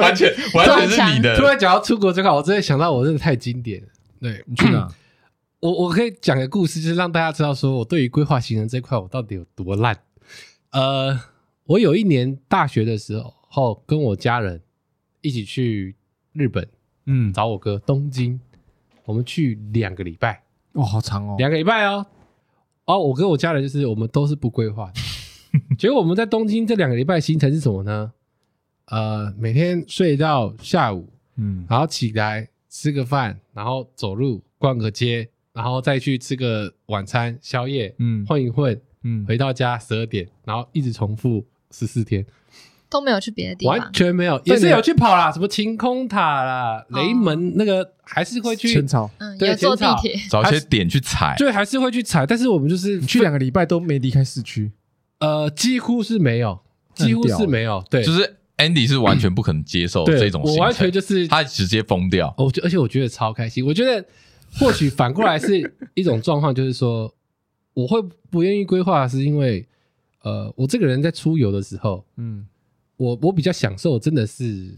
B: 完全完全是你
D: 突
B: 的。
D: 然讲到出国这块，我真的想到我真的太经典了。对
A: 你去 哪？
D: 我，我可以讲个故事，就是让大家知道说我对于规划行程这块我到底有多烂。呃，我有一年大学的时候，跟我家人一起去日本
A: 嗯，
D: 找我哥东京，我们去两个礼拜，
A: 哇，好长哦。
D: 两个礼拜哦。哦，我跟我家人就是我们都是不规划的，结果我们在东京这两个礼拜的行程是什么呢？呃，每天睡到下午，
A: 嗯，
D: 然后起来吃个饭，然后走路逛个街，然后再去吃个晚餐宵夜，
A: 嗯
D: 混一混，
A: 嗯，
D: 回到家十二点，然后一直重复十四天，
C: 都没有去别的地
D: 完
C: 方，
D: 全没有，
A: 对
D: 也是有去跑啦，什么晴空塔啦、
C: 哦
D: 雷门那个，还是会去
A: 千，草，
C: 嗯，
D: 对
C: 有坐
D: 浅
C: 地
D: 草
C: 铁，
B: 找一些点去踩，
D: 对，还是会去踩，但是我们就是
A: 你去两个礼拜都没离开市区。
D: 呃，几乎是没有，几乎是没有，对，
B: 就是 Andy 是完全不可能接受
D: 对
B: 这种行
D: 我
B: 程，
D: 完全就是
B: 他直接疯掉。
D: 我哦觉，而且我觉得超开心。我觉得或许反过来是一种状况，就是说，我会不愿意规划，是因为呃，我这个人在出游的时候，
A: 嗯，
D: 我我比较享受真的是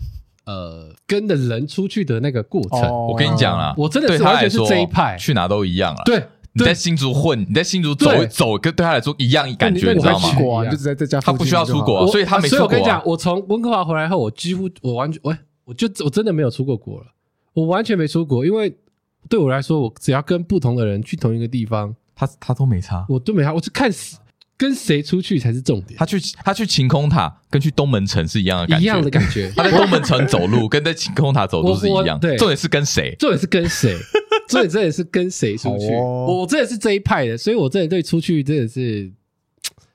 D: 呃跟着人出去的那个过
A: 哦
D: 程。
B: 我跟你讲啊啦，
D: 哦我真的
B: 对
D: 是
B: 他
D: 完
B: 来
D: 全是
B: 说
D: 这一派，
B: 去哪都一样了。，
D: 对
B: 你在
D: 对
B: 新竹混，你在新竹走
D: 对
B: 走，跟对他来说一样
A: 那
B: 感觉，
A: 那
B: 你知道
A: 不
B: 吗
A: 需要出？国啊，
D: 一样
A: 你就只在在家
B: 他
A: 附
B: 不
A: 近
B: 需要
A: 就好
B: 出国啊
D: 我
B: 所以他没
D: 所以我
B: 出国啊
D: 跟你讲，我从温哥华回来后，我几乎我完全，喂，我就我真的没有出过国了，我完全没出国，因为对我来说，我只要跟不同的人去同一个地方，
B: 他他都没差。
D: 我都没看，我是看谁跟谁出去才是重点
B: 他，去他去晴空塔跟去东门城是一样的感觉，。
D: 一样的感觉
B: 他在东门城走路跟在晴空塔走路是一
D: 我
B: 样，
D: 我对
B: 重点是跟谁。
D: 重点是跟谁，重点真的是跟谁出去。
A: 好哦
D: 我我真的是这一派的，所以我真的对出去真的是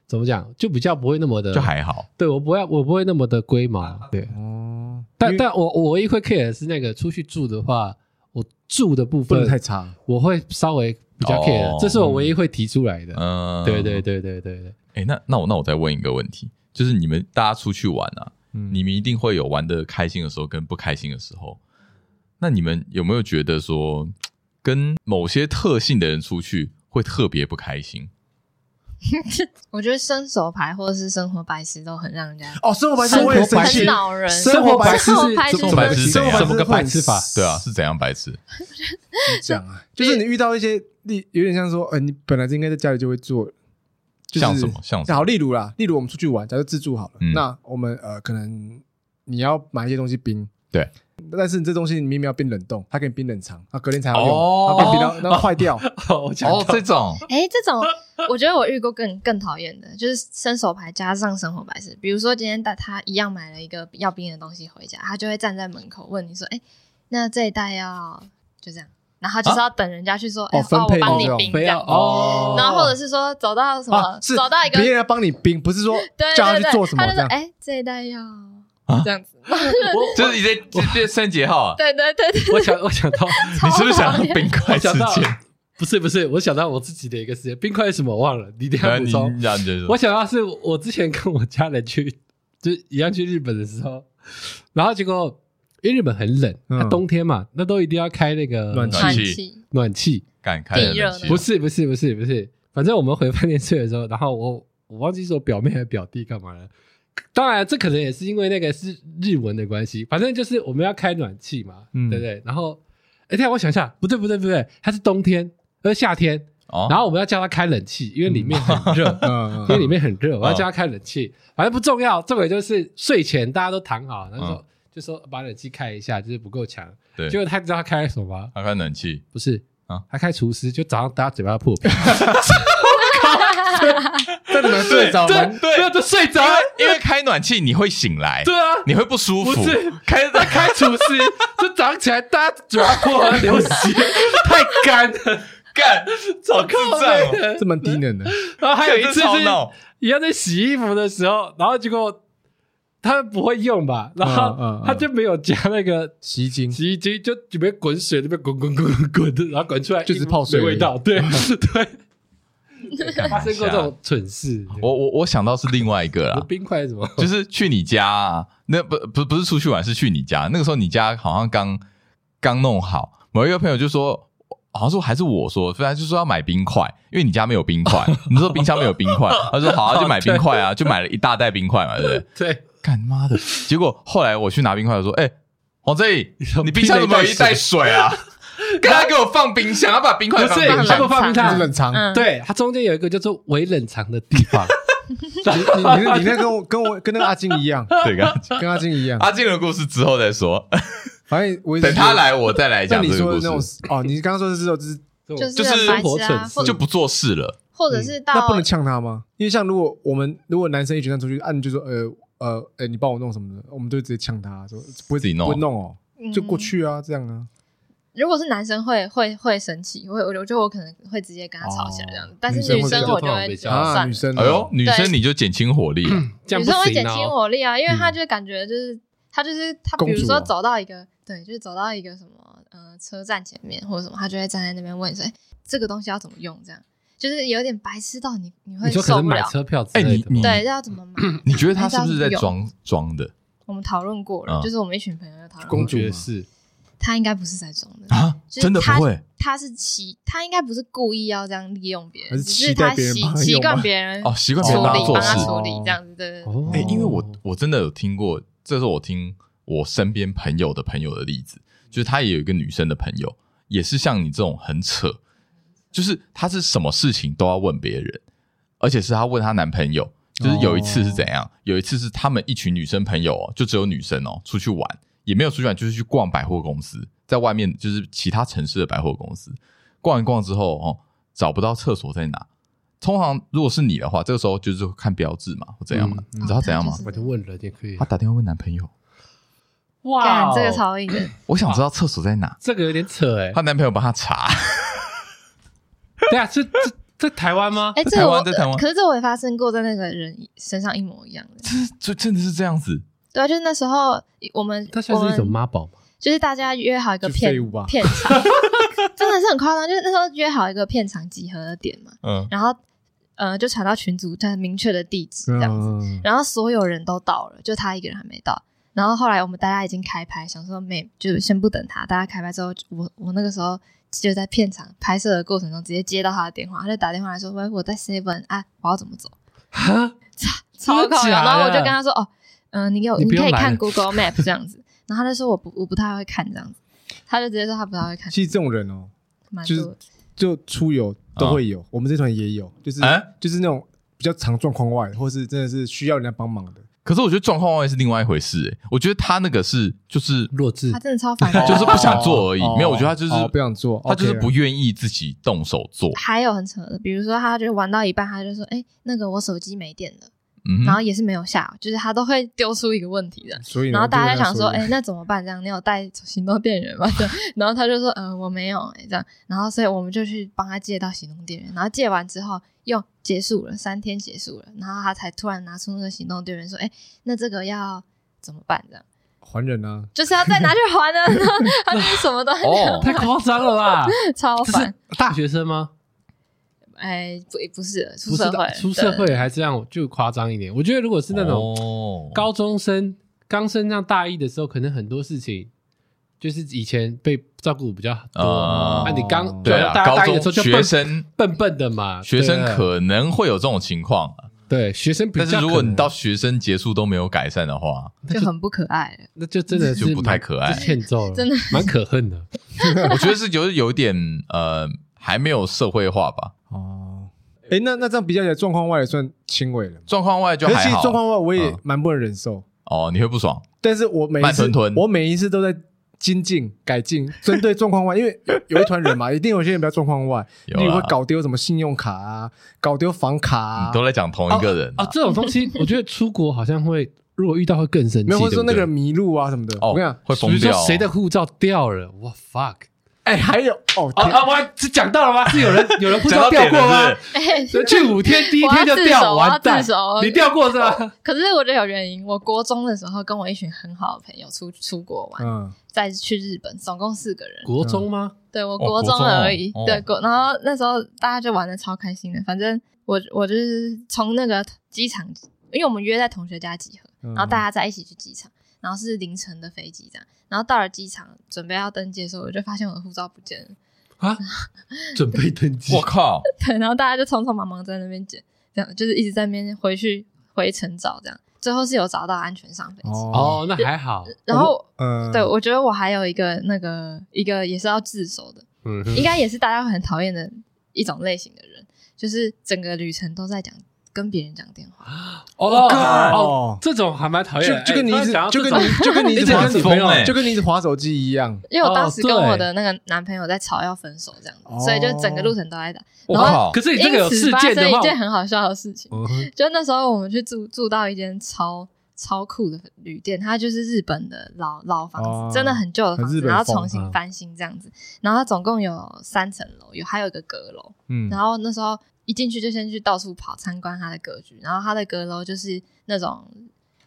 D: 怎么讲，就比较不会那么的，
B: 就还好，
D: 对我不会我不会那么的龟毛。对，
A: 哦，
D: 但
A: 因为
D: 但我我唯一会 care 的是那个出去住的话，我住的部
A: 不能
D: 分
A: 太差。
D: 我会稍微比较 care，、
B: 哦
D: 这是我唯一会提出来的。
B: 嗯，
D: 对对对对对对，
B: 哎、那那我那我再问一个问题，就是你们大家出去玩啊，
A: 嗯
B: 你们一定会有玩的开心的时候跟不开心的时候。那你们有没有觉得说，跟某些特性的人出去会特别不开心？
C: 我觉得伸手牌或者是生活白痴都很让人家
A: 哦，生活白痴
D: 生活
A: 我也生
D: 白痴
A: 气
C: 很，恼人。
D: 生活白痴
C: 生活
D: 是
C: 白痴
D: 怎么
B: 生活白痴是怎样
D: 怎么个白痴法？
B: 对啊，是怎样白痴？
A: 讲 啊，就是你遇到一些例，有点像说，呃，你本来是应该在家里就会做，就是
B: 像什么像什么
A: 好，例如啦，例如我们出去玩，假设自助好了，
B: 嗯
A: 那我们呃，可能你要买一些东西冰，
B: 对，
A: 但是你这东西你明明要冰冷冻，它给你冰冷藏，它隔天才要用，
B: 哦
A: 它冰冰到那坏掉，啊
D: 我讲
B: 哦，这种
C: 哎，这 种我觉得我遇过更更讨厌的，就是伸手牌加上生活白痴。比如说今天带他一样买了一个要冰的东西回家，他就会站在门口问你说：“哎，那这一袋要就这样。”然后就是要等人家去说：“哎，
A: 啊哦分
C: 哦，
A: 配
C: 我帮你
A: 这种
C: 冰
D: 不
C: 这
D: 要
C: 样。”
D: 哦，
C: 然后或者是说走到什么
A: 啊，，是
C: 哦走到一个
A: 别人要帮你冰，不是说
C: 对
A: 叫他
C: 对
A: 去
C: 对，
A: 做什么
C: 他就
A: 这样，
C: 说哎，这一袋要
B: 啊
C: 这样子，
B: 就是一些这这三节号 啊，
C: 对对对对，
D: 我想我想到，
B: 你是不是想让冰块事
D: 我想到
B: 件？
D: 不是不是，我想到我自己的一个时间，冰块是什么我忘了，你等一
B: 然
D: 下
B: 后
D: 补
B: 啊你
D: 充。
B: 你讲你就说
D: 我想到是我之前跟我家人去， 就是一样去日本的时候，然后结果因为日本很冷，
A: 嗯
D: 它冬天嘛，那都一定要开那个
A: 暖气
B: 暖气
C: 气，
D: 暖气。
B: 敢开冷
C: 地热
B: 气
C: 那
B: 啊
C: 种
D: 不是不是不是不是，反正我们回饭店睡的时候，然后我我忘记是我表妹还是表弟干嘛了。当然，这可能也是因为那个是日文的关系，反正就是我们要开暖气嘛，
A: 嗯
D: 对不对？然后，哎，等一下我想一下，不对不对不对，它是冬天，呃夏天，
B: 哦，
D: 然后我们要叫它开冷气，因为里面很热，
A: 嗯，嗯
D: 因为里面很热，我要叫他开冷气，反正不重要，重点就是睡前大家都躺好，然后说、
B: 嗯
D: 就说把冷气开一下，就是不够强。
B: 对，
D: 结果他知道他开什么吗？
B: 他开冷气，
D: 不是
B: 啊
D: 他开厨师，就早上大家嘴巴破皮，
A: 但你们睡着蛮
D: 对，没有就睡着
B: 因
D: 了，
B: 为因为开暖气你会醒来，
D: 对啊，
B: 你会不舒服
D: 不，是开他开厨师，就早上起来大家嘴巴破了流血，太干了，
B: 干，好智
D: 靠
B: 障哦！
D: 背
A: 这蛮低能的，
D: 然后还有一次
B: 超
D: 是
B: 闹，
D: 一样在洗衣服的时候，然后结果他不会用吧，然
A: 嗯嗯
D: 后
A: 嗯
D: 他就没有加那个
A: 洗衣精，
D: 洗衣机，就里面滚水，那边滚滚滚滚滚的，然后滚出来
A: 就只是泡水
D: 没
A: 而已
D: 味 道，对对，发生过这
B: 吓
D: 种蠢 事。
B: 我我我想到是另外一个啦，
D: 冰块 是什么？
B: 就是去你家、啊，那不不不是出去玩，是去你家。那个时候你家好像刚刚弄好，某一个朋友就说，好像说还是我说，反正就说要买冰块，因为你家没有冰块， 你说冰箱没有冰块，他说好啊，就买冰块 啊，就买了一大袋冰块嘛，对不对？
D: 对，
B: 干妈的！结果后来我去拿冰块，我说，哎、黄志毅，你
D: 你
B: 冰箱怎么有一袋水啊？ 刚才给我放冰箱，他把冰 块放
D: 不是
B: 冰
D: 他
B: 箱
D: 不，放冰
A: 这
D: 箱
A: 是冷藏。
C: 嗯
D: 对，它中间有一个叫做微冷藏的地方，
A: 你你你那你那跟我跟我跟那个阿金一 样，
B: 对， 刚刚讲
A: 跟阿金一样。
B: 阿静的故事之后再说，
A: 反正我一直
B: 啊等他来我再来
A: 那
B: 讲
A: 你
B: 这
A: 说
B: 个
A: 的
B: 故
A: 那种
B: 事，
A: 哦，你刚刚说的是就是，
C: 就是
B: 就是
C: 很白
D: 生活
C: 痴
D: 蠢
C: 啊，
D: 事
C: 或
B: 就不做事了。
C: 或者是
A: 嗯那
C: 到
A: 不能呛他吗？因为像如果我们如果男生一群人出去，按就说呃呃，哎，你帮我弄什么的，我们都会直接呛他说不会
B: 自己弄
A: 不会弄哦，
C: 嗯
A: 就过。去啊，这样啊。
C: 如果是男生会会会生气，会我我觉得我可能会直接跟他吵起来这样，但是
A: 女生
C: 女
A: 会
C: 生
A: 比较
C: 我就
D: 通常
C: 会
D: 比较
C: 算
A: 啊，
C: 了
A: 女生哦，
B: 哎呦，女生你就减轻火力 了，
D: 这样
C: 女
D: 不
C: 生会
D: 行
C: 减轻
D: 哦。
C: 我力啊，因为她就是感觉就是她就是她，比
A: 公
C: 如
A: 主
C: 说
A: 哦
C: 走到一个对，就是走到一个什么呃车站前面或者什么，她就会站在那边问谁这个东西要怎么用，这样就是有点白痴到你你会
D: 你说可
C: 受
D: 能
C: 不
D: 买
C: 了。
D: 车票之类的
B: 哎你
D: 吗，
C: 对，这要怎么买？
B: 你觉得他是不是在装装的
C: 我们讨论过
B: 嗯
C: 了，就是我们一群朋友就讨论
A: 公
C: 过，
D: 我
A: 主
D: 觉得
A: 嘛
D: 是
C: 他应该不是在装的，
B: 啊？
C: 就是
B: 真的不
C: 他
B: 会，
C: 他是期，他应该不是故意要这样利用别
A: 还
C: 人，
A: 是
C: 只
A: 期
C: 是
A: 待
C: 他
A: 别人
C: 习
A: 帮他
C: 习
A: 用
C: 惯
A: 吗
C: 别人
B: 哦，习惯
C: 处
B: 别人帮
C: 理
B: 他，做
C: 帮他
B: 事。
C: 处理这样子，对对对。
D: 哦
B: 哎、因为我我真的有听过，这是我听我身边朋友的朋友的例子，就是她也有一个女生的朋友，也是像你这种很扯，就是她是什么事情都要问别人，而且是她问她男朋友。就是有一次是怎样？
D: 哦
B: 有一次是她们一群女生朋友、哦，就只有女生哦，出去玩也没有出去玩，就是去逛百货公司，在外面就是其他城市的百货公司逛一逛之后哦，找不到厕所在哪。通常如果是你的话，这个时候就是看标志嘛，或怎样嘛，你
D: 嗯
B: 知道怎样吗？
C: 哦
D: 我就问了也可以
B: 她。
A: 啊
B: 打电话问男朋友，
C: 干
D: 哦
C: 这个超硬的，
B: 我想知道厕所在哪。
D: 这个有点扯哎
B: 她，男朋友帮她查，
D: 对啊，是这在台湾吗？
C: 哎，
B: 在
C: 这个我
B: 台湾在台湾
C: 可是这我也发生过在那个人身上一模一样的，
B: 就真的是这样子。
C: 对啊，就是那时候我们
D: 它算
C: 我
D: 是一种
C: 们
D: 妈宝嘛？
C: 就是大家约好一个
A: 就
C: 片
A: 废物吧
C: 片场， 真的是很夸张，就是那时候约好一个片场集合的点嘛，
B: 嗯，
C: 然后呃就传到群组，它明确的地址这样子，
A: 嗯，
C: 然后所有人都到了，就他一个人还没到。然后后来我们大家已经开拍，想说没就先不等他，大家开拍之后，我我那个时候就在片场拍摄的过程中直接接到他的电话，他就打电话来说喂我在 seven 啊，我要怎么走？
D: 哈，
C: 超
D: 真的
C: 搞笑。
D: 假的
C: 然后我就跟他说哦，嗯、你给我
D: 你不
C: 你
D: 用
C: 可以
D: 来
C: 看
D: 了
C: Google Map 这样子，然后他就说我不我不太会看这样子，他就直接说他不太会看，
A: 其实这种人哦，
C: 蛮
A: 就
C: 多
A: 是
C: 的。
A: 就出游都会有，我们这团也有，就是
B: 啊
A: 就是那种比较常状况外，或是真的是需要人家帮忙的。
B: 可是我觉得状况外是另外一回事、欸。我觉得她那个是就是
D: 弱智
C: 他真的超烦
D: 哦
C: 的。
B: 就是不想做而已
A: 哦
B: 没有我觉得他就是
A: 哦不想做，
B: 她就是
A: OK 啊
B: 不愿意自己动手做。
C: 还有很扯的，比如说他就玩到一半，他就说哎、那个我手机没电了。
B: 嗯
C: 然后
B: 哼，
C: 也是没有下，就是他都会丢出一个问题的。
A: 所以呢
C: 然后大家
A: 就
C: 就
A: 会
C: 想说，
A: 这
C: 哎、
A: 样
C: 那怎么办？这样你有带行动电源吗？ 这样然后他就说，呃，我没有、哎，这样。然后所以我们就去帮他借到行动电源，然后借完之后又结束了，三天结束了，然后他才突然拿出那个行动电源说，哎、那这个要怎么办？这样
A: 还人啊，
C: 就是要再拿去还呢， 然
D: 哦
C: 后他就是什么都
B: 哦，
D: 太夸张了吧？
C: 超
D: 这是
C: 烦。
D: 大学生吗？
C: 哎、不不是出
D: 不是
C: 社会
D: 大，出社
C: 对
D: 会还这样就夸张一点。我觉得如果是那种
B: 哦
D: 高中生刚升上大一的时候，可能很多事情就是以前被照顾比较多。
B: 啊
D: 啊，你刚
B: 对
D: 转
B: 啊
D: 到，大大一
B: 高
D: 的时候
B: 中
D: 就
B: 学
D: 笨
B: 生
D: 笨笨的嘛，
B: 学生
D: 对啊
B: 可能会有这种情况，啊
D: 对学生比较
B: 但
D: 可能，
B: 是如果你到学生结束都没有改善的话，
C: 就很不可爱 了。
D: 那就真的是
B: 就不太
D: 蛮
B: 可爱
D: 就欠揍了，
C: 真的
D: 蛮可恨 的。
B: 我觉得是有有点呃还没有社会化吧。
A: 哦，哎，那那这样比较起来，状况外也算轻微了。
B: 状况外就
A: 可是
B: 还
A: 其实
B: 好
A: 状况外我也
B: 嗯
A: 蛮不能忍受，
B: 哦，你会不爽
A: 但是我每一
B: 慢
A: 次
B: 吞吞
A: 我每一次都在精进改进， 针对状况外，因为有一团人嘛，一定有些人比较状况外，
B: 有啊
A: 例如会搞丢什么信用卡啊，搞丢房卡啊
B: 你，嗯都在讲同一个人
D: 啊，这种东西我觉得出国好像会，如果遇到会更生气。
A: 没有或者说
D: 对
A: 那个
D: 不对
A: 人迷路啊什么的，
B: 哦
A: 我跟你讲，
B: 会
D: 比
B: 疯
D: 如说
B: 掉哦，
D: 谁的护照掉了，我 fuck，
A: 哎，还有哦，
D: 啊
A: 天
D: 啊！我是讲到了吗？是有人有人不知道掉过吗？
C: 哎
D: 去五天第一天就掉，
C: 我要
D: 完
C: 自首我要
D: 蛋
C: 自首！
D: 你掉过是吧？
C: 可是我觉得有原因。我国中的时候，跟我一群很好的朋友出出国玩，
A: 嗯，
C: 再去日本，总共四个人。
D: 国中吗？
C: 对我
B: 国
C: 国
B: 中
C: 中
B: 哦
C: 而已，
B: 哦
C: 对国。然后那时候大家就玩的超开心的，反正我我就是从那个机场，因为我们约在同学家集合，
A: 然
C: 然后大家在一起去机场，然后是凌晨的飞机这样。然后到了机场，准备要登机的时候，我就发现我的护照不见了。
D: 啊，准备登记
B: 我靠，
C: 对，然后大家就匆匆忙忙在那边捡，这样就是一直在那边回去回程找，这样最后是有找到安全上飞机。
A: 哦，
D: 哦，那还好，
C: 然后，
A: 嗯，
C: 对我觉得我还有一个那个一个也是要自首的，
D: 嗯哼，
C: 应该也是大家会很讨厌的一种类型的人，就是整个旅程都在讲跟别人讲电话。
D: 哦哦，
A: 哦，
D: 这种还蛮讨厌
A: 就
D: 的，
A: 就跟你一直
D: 哎突然讲到
A: 就跟你
D: 这种
A: 就跟
D: 哎
A: 你一
D: 一
A: 直
D: 直
A: 滑
D: 跟
A: 手
D: 你
A: 机
D: 朋友
B: 疯欸
A: 就跟你一直滑手机一样，
C: 因为我
D: 哦
C: 当时跟
D: 对哦
C: 我的那个男朋友在吵要分手这样子，所以就整个路程都在打。
B: 我
C: 然后
B: 靠，
D: 可是你这
C: 因
D: 个有
C: 此
D: 事
C: 发
D: 件
C: 生
D: 的
C: 一
D: 话，
C: 件很好笑的事情，
D: 嗯哼
C: 就那时候我们去住住到一间超超酷的旅店，它就是日本的老老房子，
A: 哦
C: 真的很旧的房
A: 很
C: 子，
A: 日本
C: 然后
A: 风
C: 重新
D: 啊
C: 翻新这样子。然后它总共有三层楼，有还有一个阁楼。
A: 嗯
C: 然后那时候一进去就先去到处跑参观它的格局，然后它的阁楼就是那种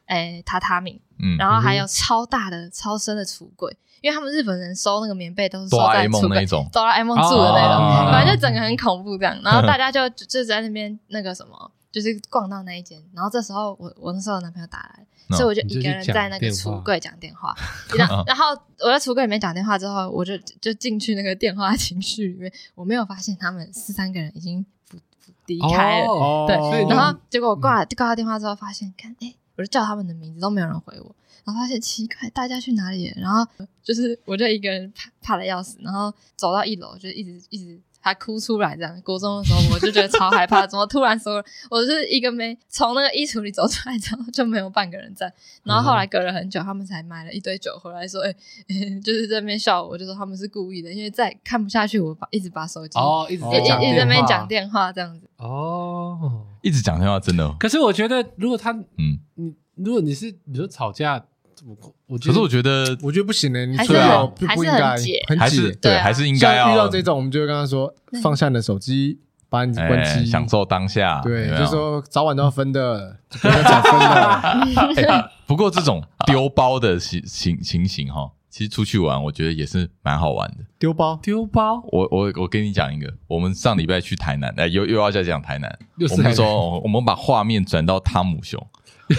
C: 诶榻榻米，
B: 嗯，
C: 然后还有超大的、超深的橱柜，因为他们日本人收那个棉被都是收
B: 哆啦
C: 在
B: A 梦
C: 橱
B: 那
C: 柜
B: 一。种，
C: 哆啦 A 梦住的那种，
B: 哦
C: 反正就整个很恐怖这样。然后大 家就就就在那边那个什么，就是逛到那一间。然后这时候我我那时候的男朋友打来，
B: 嗯
C: 所以我就
D: 你就
C: 一个人
D: 去讲
C: 在那个
D: 电话
C: 橱柜讲电 话。然
B: 哦
C: 后然后我在橱柜里面讲电话之后，我就就进去那个电话情绪里面，我没有发现他们四三个人已经不不离开了。
D: 哦，
C: 对
D: 所以
C: 然后结果我挂挂到电话之后，发现看，哎、我就叫他们的名字都没有人回我，然后发现奇怪，大家去哪里了？然后就是我就一个人怕怕的要死，然后走到一楼就一直一直还哭出来这样。国中的时候我就觉得超害怕，怎么突然所有我就是一个没从那个衣橱里走出来之后就没有半个人在，然后后来隔了很久，他们才买了一堆酒回来说，哎、 就是这边笑我，我就说他们是故意的，因为再看不下去，我把一直把手机。
D: 哦，一直
C: 一
D: 在
C: 一
D: 讲
C: 一直在那边讲
D: 电
C: 电话这样子，
D: 话哦。
B: 一直讲电话真的，
D: 可是我觉得，如果他
B: 嗯，
D: 你如果你是你说吵架，怎么我
B: 可
D: 觉得
B: 是我觉得
A: 我觉得不行欸呢，你
C: 还
B: 是
A: 最
B: 很
A: 好不
C: 还是
A: 不应
C: 很
A: 该
C: 解嗯
A: 很
B: 还
A: 解
B: 是
C: 对
B: 对，
C: 啊
B: 还是应该
A: 像
B: 要
A: 遇到这种，我们就会跟他说
C: 对
A: 放下你的手机，把你关
B: 哎
A: 机，
B: 享受当下，
A: 对，
B: 有没
A: 就
B: 有
A: 说早晚都要分的，就不要讲分的。
B: 哎不过这种丢包的情情情形哈，其实出去玩我觉得也是蛮好玩的。
A: 丢包，
D: 丢包
B: 我我我跟你讲一个，我们上礼拜去台南，哎、又又要再讲台南。
D: 又是
B: 我们
D: 台南
B: 说，我们把画面转到汤姆熊，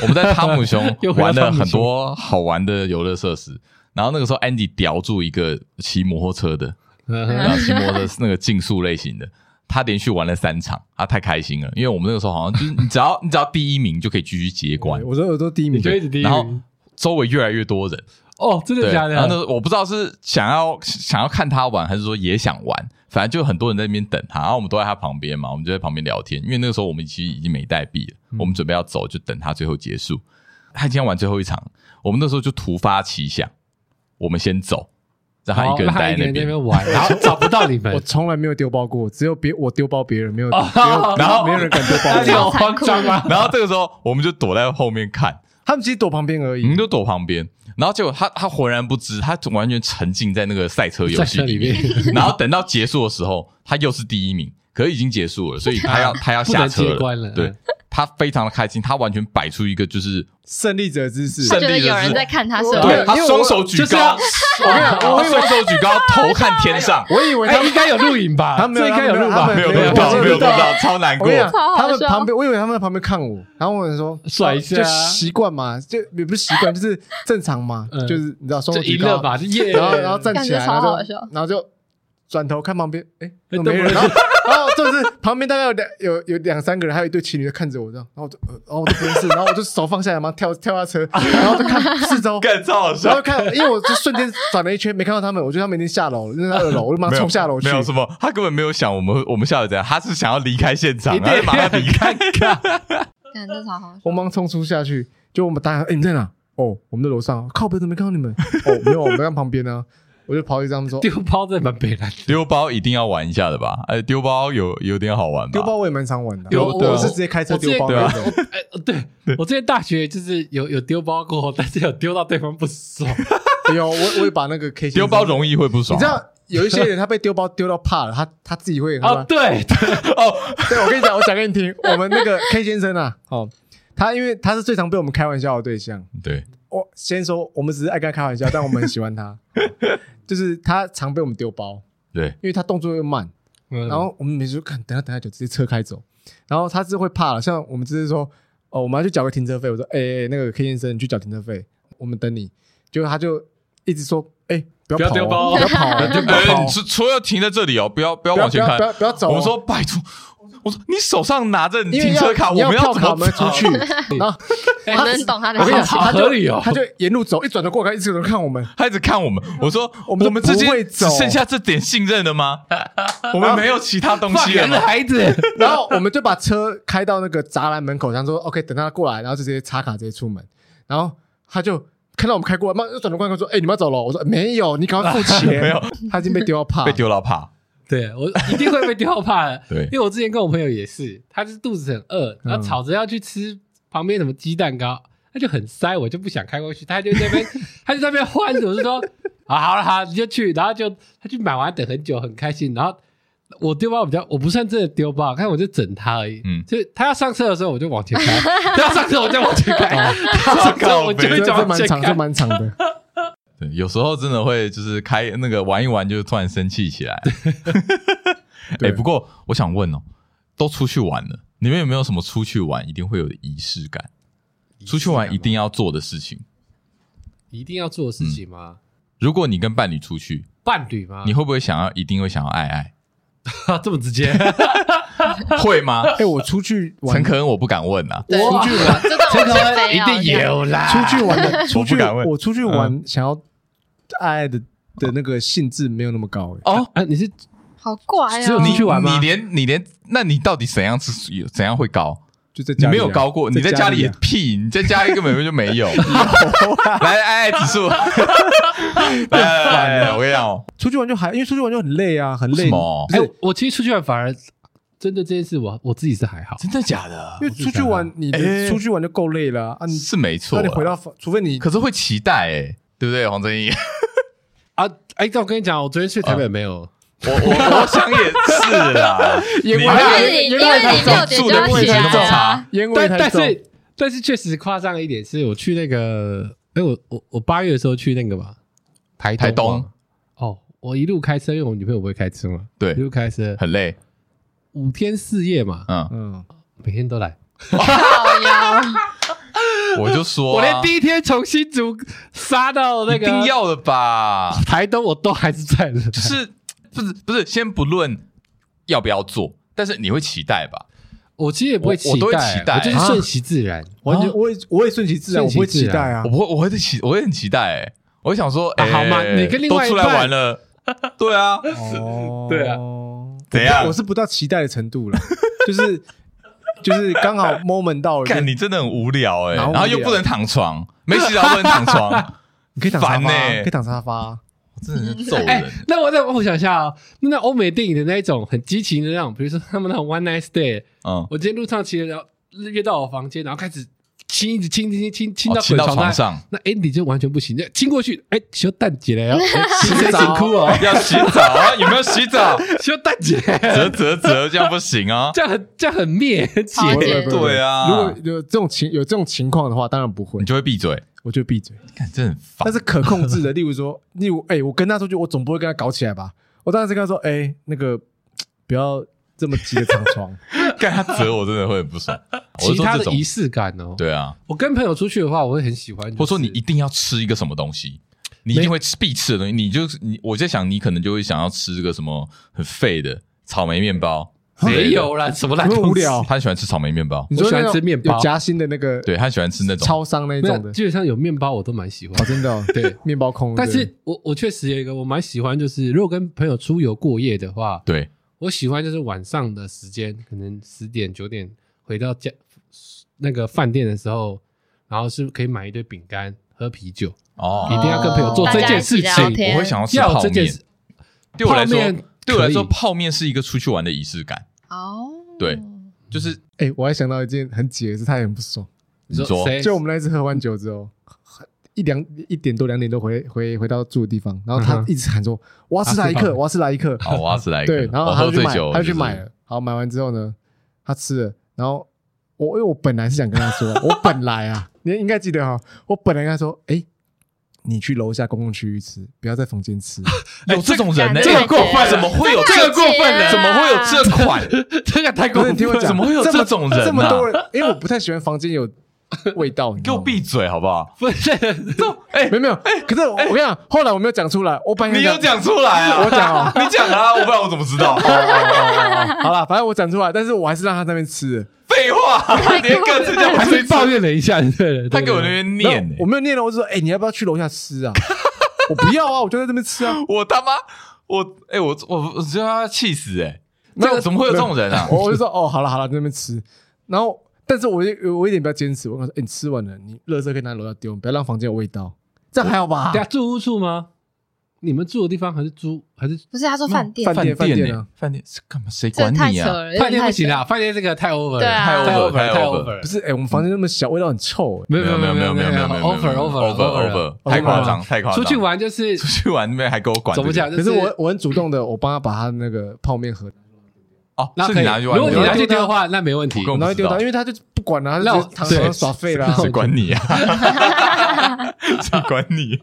B: 我们在汤姆熊
D: 又回到
B: 玩了
D: 汤姆熊
B: 很多好玩的游乐设施。然后那个时候，Andy 叼住一个骑摩托车的，然后骑摩托车是 那个竞速类型的，他连续玩了三场，他太开心了，因为我们那个时候好像就是你只要你只要第一名就可以继续接管，
A: 我说我都第一
D: 你
A: 名
D: 就，一直低
B: 然后周围越来越多人，
D: 哦， 真的
B: 对，
D: 假的？
B: 然后呢，我不知道是想要想要看他玩，还是说也想玩，反正就很多人在那边等他，然后我们都在他旁边嘛，我们就在旁边聊天，因为那个时候我们其实已经没带币了，
D: 嗯
B: 我们准备要走，就等他最后结束。他今天玩最后一场，我们那时候就突发奇想，我们先走，让他一个人
D: 哦他
B: 待
D: 一个
B: 在那
D: 人在那
B: 边。
D: 边玩，然后找不到 你们
A: 我，从来没有丢包过，只有别我丢包别人，没有，
D: 哦
A: 没有
B: 然后
A: 没有人敢丢
D: 那你
A: 包我。
D: 有慌张啊吗？
B: 然后这个时候，我们就躲在后面看，
A: 他们其实躲旁边而
B: 我
A: 已
B: 们。就躲旁边。然后结果他他浑然不知，他完全沉浸在那个赛车游
D: 在
B: 戏
D: 车
B: 里
D: 里
B: 面。
D: 面，
B: 然后等到结束的时候，他又是第一名，可是已经结束了，所以他要他要下车
D: 不能接关了
B: 对
D: 嗯，
B: 他非常的开心，他完完全摆出一个就是
A: 胜利者姿势，
C: 他
B: 胜
C: 觉得
B: 利
C: 有
B: 的
C: 人
B: 是
C: 在看他射
A: 对
B: 对
C: 门，
B: 他
A: 因为
B: 双
A: 我
B: 手举
D: 就是要
B: 高，我双手举高，头看天上，
A: 我以为他
D: 哎，
A: 们
D: 应该有录影吧？
A: 他们没有
D: 这应该有录吧
A: 他？
B: 没
A: 们
B: 有
A: 没有
B: 录到，
A: 我
B: 没有录
A: 知道
B: 到，超难
A: 我
B: 过
A: 跟。你讲，
C: 超好
A: 他们
C: 笑
A: 旁边，我以为他们在旁边看我，然后我想说
D: 甩一下
A: 哦
D: 啊
A: 就习惯嘛，就也不是习惯，就是正常嘛，
D: 嗯
A: 就是你知道双手
D: 就
A: 举
D: 赢了
A: 高，
D: 吧？就耶！
A: 然后然后站起来，
C: 感觉超
A: 然
C: 好
A: 后就
C: 笑
A: 然后就转头看旁边，哎，都
D: 都
A: 没
D: 没
A: 人，
D: 人
A: 然后然后就是旁边大概有两有有两三个人，还有一对情侣在看着我这样，然后我就呃然后我就不 认识，然后我就手放下来嘛，跳跳下车，然后就看四 周，
B: 更超好
A: 然
B: 笑
A: 后，看，因为我就瞬间转了一圈，没看到他们，我觉得他们已经下楼了，因为在二楼，我就马
B: 没
A: 上
B: 有
A: 冲下楼去
B: 没。有什么，他根本没有想我们我们下来怎样，他是想要离开现场，
D: 一定
B: 他就马上离开。
C: 看这超好笑。
A: 我忙冲出下去，就我们大家，哎、你们在哪？哦，我们在楼上，靠北怎么没看到你们？哦， 没有，我们在旁边呢、我就跑去他们说，
D: 丢包在蛮北南，
B: 丢包一定要玩一下的吧？哎，丢包有有点好玩吧？
A: 丢包我也蛮常玩的，
B: 丢
A: 我
B: 对啊
A: 我是直接开车丢包
D: 对
A: 那
D: 啊
A: 种。
D: 哎，对我之前大学就是有有丢包过，但是有丢到对方不爽。
A: 有，我我也把那个 K
B: 丢包
A: 容，
B: 容易会不
A: 你
B: 爽啊
A: 知，道有一些人他被丢包 丢到怕了，他他自己会
D: 哦，
A: 很
D: 对对哦，
A: 对，我跟你讲，我讲给你听，我们那个 K 先生啊，哦，他因为他是最常被我们开玩笑的对象。
B: 对，
A: 我先说，我们只是爱跟他开玩笑，但我们很喜欢他，就是他常被我们丢包，
B: 对，
A: 因为他动作又慢，
D: 然
A: 然后我们每次说看，等下等下就直接车开走，然后他是会怕了，像我们只是说，哦，我们要去缴个停车费，我说，哎、哎那个 K 先生，你去缴停车费，我们等你，结果他就一直说，哎、不
D: 不
A: 要
D: 要
A: 跑
D: 丢包
A: 哦，不要跑哦，不要跑
B: 哎，
A: 哦
B: 你，车车要停在这里哦，不要不要
A: 不要
B: 往
A: 不
B: 前
A: 要
B: 看
A: 不。要不要走、哦，
B: 我们说拜托，我说你手上拿着
A: 因为
B: 停
A: 要
B: 车卡，
A: 你
B: 我们
A: 跳
B: 怎
A: 卡，
B: 么
A: 我们 出去，然后
D: 哎
C: 我能懂他的
A: 我跟你
C: 想
A: 讲，
C: 法。
A: 他
D: 好
A: 就
D: 合理哦
A: 他就沿路走，一转头过来，一直有人看我们，
B: 他一直看我们，我说
A: 我们
B: 我们之
A: 不
B: 间
A: 会
B: 只
A: 走
B: 剩下这点信任了 吗？我们没有其他东西了
D: 的
B: 吗？
D: 孩子，
A: 然后我们就把车开到那个栅栏门口，想说 OK，等他过来，然后就直接插卡直接出门。然后他就看到我们开过来，妈又转头过来跟我说：“哎、你们要走了？”我说：“没有，你赶快付钱。”
B: 没有，
A: 他已经被丢到怕，
B: 被丢到怕。
D: 对我一 定会被丢怕的。
B: 对嗯
D: 因为我之前跟我朋友也是，他就是肚子很饿，然后吵着要去吃旁边什么鸡蛋糕，他就很塞，我就不想开过去，他就在那 边，他就在那边欢着，我就说啊，好了好了，你就去，然后就他去买完等很久，很开心，然后。我丢包比较，我不算真的丢包，看我就整他而已。
B: 嗯
D: 就是他要上车的时候，我就往前开；他要上车，我就往前开；
B: 哦
D: 他要上车，我就
A: 这
D: 会
A: 这
D: 往
A: 蛮
D: 前
A: 长，这
D: 开。
A: 蛮 长的。
B: 对，有时候真的会就是开那个玩一玩，就突然生气起来。 哎，
A: 对
B: 不过我想问哦，都出去玩了，你们有没有什么出去玩一定会有的仪式感？出去玩一定要做的事情，
D: 一定要做的事情吗？
B: 如果你跟伴侣出去，
D: 伴侣吗？
B: 嗯你会不会想要一定会想要爱爱？
D: 这么直接？
B: 会吗？
A: 哎、我出去玩
B: 陈，可恩， 我不敢问啊。
C: 对，
A: 出去玩，
C: 这段
D: 这
C: 我先
D: 个
C: 非
D: 一
C: 要
D: 定有啦，
A: 出去玩 的，出去
B: 不敢问嗯
A: 我出去玩，想要爱的的那个兴致没有那么高、哎
B: 哦，
D: 啊！你是
C: 好怪
D: 只有
C: 哦！
D: 出去玩吗
B: 你连你连，那你到底怎样是怎样会高？
A: 就在
B: 你
A: 家、啊
B: 没有高过，你在家里也啊屁，你在家里根本就没有。来，哎，指数，来来来来，我跟你讲哦，
A: 出去玩就还，因为出去玩就很累啊，很
B: 为
A: 累。
B: 什么
A: 不
D: 哎、
A: 是
D: 我其实出去玩反而针对这件事我，我自己是还好。
B: 真的假的
A: 因？为出去玩，你
B: 哎
A: 的出去玩就够累了啊啊！你
B: 是没错
A: 那你回
B: 啦，
A: 到房，除非你
B: 可是会期待哎，对不对，黄正义？
D: 啊，哎、但我跟你讲，我昨天去台北没有，
B: 我我我想也是啦，
A: 也
B: 你
A: 不
C: 因
A: 会
D: 哎
C: 为你因为你六点就要
B: 住的位
C: 起
B: 置
C: 来
B: 那么
C: 啊
B: 差，
A: 烟味
D: 但
A: 太
D: 但
A: 重。
D: 是但是确实夸张一点是，我去那个，哎、我我我八月的时候去那个嘛，台
B: 台
D: 东
B: 东
D: 嘛哦，我一路开车，因为我女朋友不会开车嘛，
B: 对
D: 一路开车
B: 很累，
D: 五天四夜嘛，
B: 嗯，
A: 嗯，
D: 每天都来。
C: 靠腰
B: 我就说啊，
D: 我连第一天从新竹杀到那
B: 一
D: 个
B: 定要的吧，
D: 台东，我都还是在的。
B: 就是不是不是，先不论要不要做，但是你会期待吧？
D: 我其实也不会
B: 我我都会期待啊
D: 我就是顺其自然。啊
A: 完全我也我也顺其自然，我
D: 顺其
A: 不会
D: 自
A: 期
D: 然
A: 待啊
B: 我。不会，我会期，我会很期待、欸。我会想说，
D: 啊
B: 哎、
D: 好嘛你跟另外一
B: 都出来
D: 半
B: 玩了，对啊，
A: 哦
D: 对啊
B: 怎样
A: 我是不到期待的程度了， 就是就是刚好 moment 到了，就
B: 看你真的很无聊哎、
A: 哪无
B: 然后又
A: 聊
B: 不能躺床，没洗澡不能躺 床，
A: 你可以躺沙
B: 烦
A: 发，
B: 欸
A: 可以躺沙发。
B: 我真的是揍人。
D: 哎、那我再我想一下哦，那欧美电影的那一种很激情的那种，比如说他们那种 one night stay，
B: 嗯，
D: 我今天路上骑着，然后约到我房间，然后开始亲，一直亲亲亲亲
B: 哦
D: 到
B: 亲
D: 滚
B: 到
D: 床
B: 床。上
D: 那 Andy 就完全不行，那亲过去，哎、小蛋姐嘞，
A: 洗
D: 辛
A: 澡
D: 辛苦哦，
B: 要洗澡啊？有没有洗澡？
D: 小蛋 姐，
B: 折折折，这样不行啊！
D: 这样很这样很灭
C: 好
A: 不会
D: 姐。
A: 不会不会
B: 对啊
A: 如果有这种情有这种情况的话，当然不会
D: 嗯
B: 你，就会闭嘴，
A: 我就闭嘴。
B: 看真的很烦。
A: 但是可控制的，例如说， 例如哎，我跟他出去，我总不会跟他搞起来吧？我当时跟他说，哎，那个不要这么急的躺 床。
B: 看他折我真的会很不爽。我
D: 其
B: 是说
D: 他
B: 这
D: 的
B: 种
D: 仪，式感哦，
B: 对啊，
D: 我跟朋友出去的话，我会很喜欢、就是
B: 或者说你一定要吃一个什么东西，你一定会吃必吃的东西，你就是你，我在想你可能就会想要吃这个什么很废的草莓面包，
D: 没有啦，什么烂
A: 有没
D: 东
A: 有
D: 西
A: 无 聊
B: 他很喜欢吃草莓面包，
A: 你说那种
D: 我喜欢吃面包
A: 有夹心的那个，
B: 对他很喜欢吃那种，
A: 超商那
D: 没有
A: 种的，
D: 基本上有面包我都蛮喜欢
A: 哦，。真的哦，
D: 对，
A: 面包控。
D: 但
A: 对
D: 是我我确实有一个我蛮喜欢，就是如果跟朋友出游过夜的话，
B: 对，
D: 我喜欢就是晚上的时间，可能十点九点回到家那个饭店的时候，然后是可以买一堆饼干、喝啤酒， 一
B: 哦，
D: 定要跟朋友做这件事情
C: 大家一起聊天
B: 我会想要吃
D: 要有
B: 泡
D: 这件
B: 面
D: 事，
B: 对我来
D: 泡
B: 说
D: 面，
B: 对我来说，
D: 可以
B: 泡面是一个出去玩的仪式感，
C: 哦，
B: 对就是
A: 哎、我还想到一件很解的事，他也很不爽。
D: 你
B: 你说
D: 谁？
A: 就我们那一次喝完酒之后，一两一点多两点多回回回到住的地方，然后他
D: 嗯哼
A: 一直喊说我要吃来
D: 啊吃
A: 客，
D: 饭
A: 我要吃来客，
B: 好，哦我要吃来一个，
A: 对，然后
B: 我
A: 他
B: 喝
A: 就去
B: 醉
A: 买，
B: 酒，
A: 他就去
B: 哦是
A: 买了。好，买完之后呢，他吃了，然后我因为我本来是想跟他说，我本来啊，你应该记得哈，我本来跟他说，哎，你去楼下公共区域吃，不要在房间吃。
B: 哎有这种人呢，
C: 这个
B: 哎
C: 过分了
B: 怎么会有
C: 这个
B: 这个
C: 过分了
B: 怎么会有这款？这个太
A: 不是，你听我讲，
B: 哎怎么会有
A: 这么
B: 种人？啊
A: 这么多，人，因为我不太喜欢房间有味道，你知
B: 给
A: 道
B: 我
A: 吗。
B: 闭嘴好不好？
D: 不是，
A: 没有没有，可是我我跟你讲，后来我没有讲出来，我本来
B: 你有
A: 想
B: 讲出来啊？
A: 我讲哦
B: 你讲啊，我不然我怎么知道？
A: 好了，反正我讲出来，但是我还是让他在那边吃了。
B: 废话，连个字叫
D: 还
B: 还
D: 是
B: 没
D: 抱
B: 抱
D: 怨了一下，对
B: 他给我那边念
A: 然后
B: 呢
A: 我，没有念了，我就说，哎，你要不要去楼下吃啊？我不要啊，我就在这边吃啊。
B: 我他妈，我哎，我我我真的要气死哎！
A: 没
B: 这
A: 有
B: 个怎么会有这种人啊？
A: 我我就说哦，好了好了，在那边吃。然后，但是我就我有一点比较坚持，我跟他说，哎、你吃完了，你垃圾可以拿楼下丢，不要让房间有味道，这样还好吧
D: 等？下住屋处吗？你们住的地方还是租还是
C: 不是他说饭店，
A: 饭店
B: 饭
A: 饭
B: 店
A: 店
B: 呢
A: 啊？
B: 饭店是干嘛？谁
C: 这
B: 管
C: 太
B: 你
C: 扯
B: 啊？
C: 了，有
D: 饭
C: 点
D: 店
C: 太
D: 不行
C: 扯了。
D: 啦，饭店这个太 over 了，
C: 对啊
B: 太
D: 太 over
B: over，
D: 太
B: 太
D: over，
B: over
D: 了
A: 不是，哎、我们房间那么小，味道很臭、哎
D: 没有没有没有没有没有没有没有 over over
B: over over，
A: over
B: 太夸张太夸张！
D: 出去玩就是
B: 出去玩那边还给我管这
D: 怎
B: 个，
D: 么讲？
A: 可
D: 就是
A: 我我很主动的，我帮他把他那个泡面盒
B: 哦，
D: 那
B: 是
D: 可
B: 你
D: 以
B: 拿去玩，
D: 如果你
A: 对吧
D: 拿去丢的话，那没问题
B: 我。跟
A: 然后丢
B: 我不知
A: 到，
B: 道
A: 因为他就不管了、
D: 那
A: 他
D: 我
A: 就躺床
D: 对
A: 耍废啦、
B: 谁管你啊？谁管你？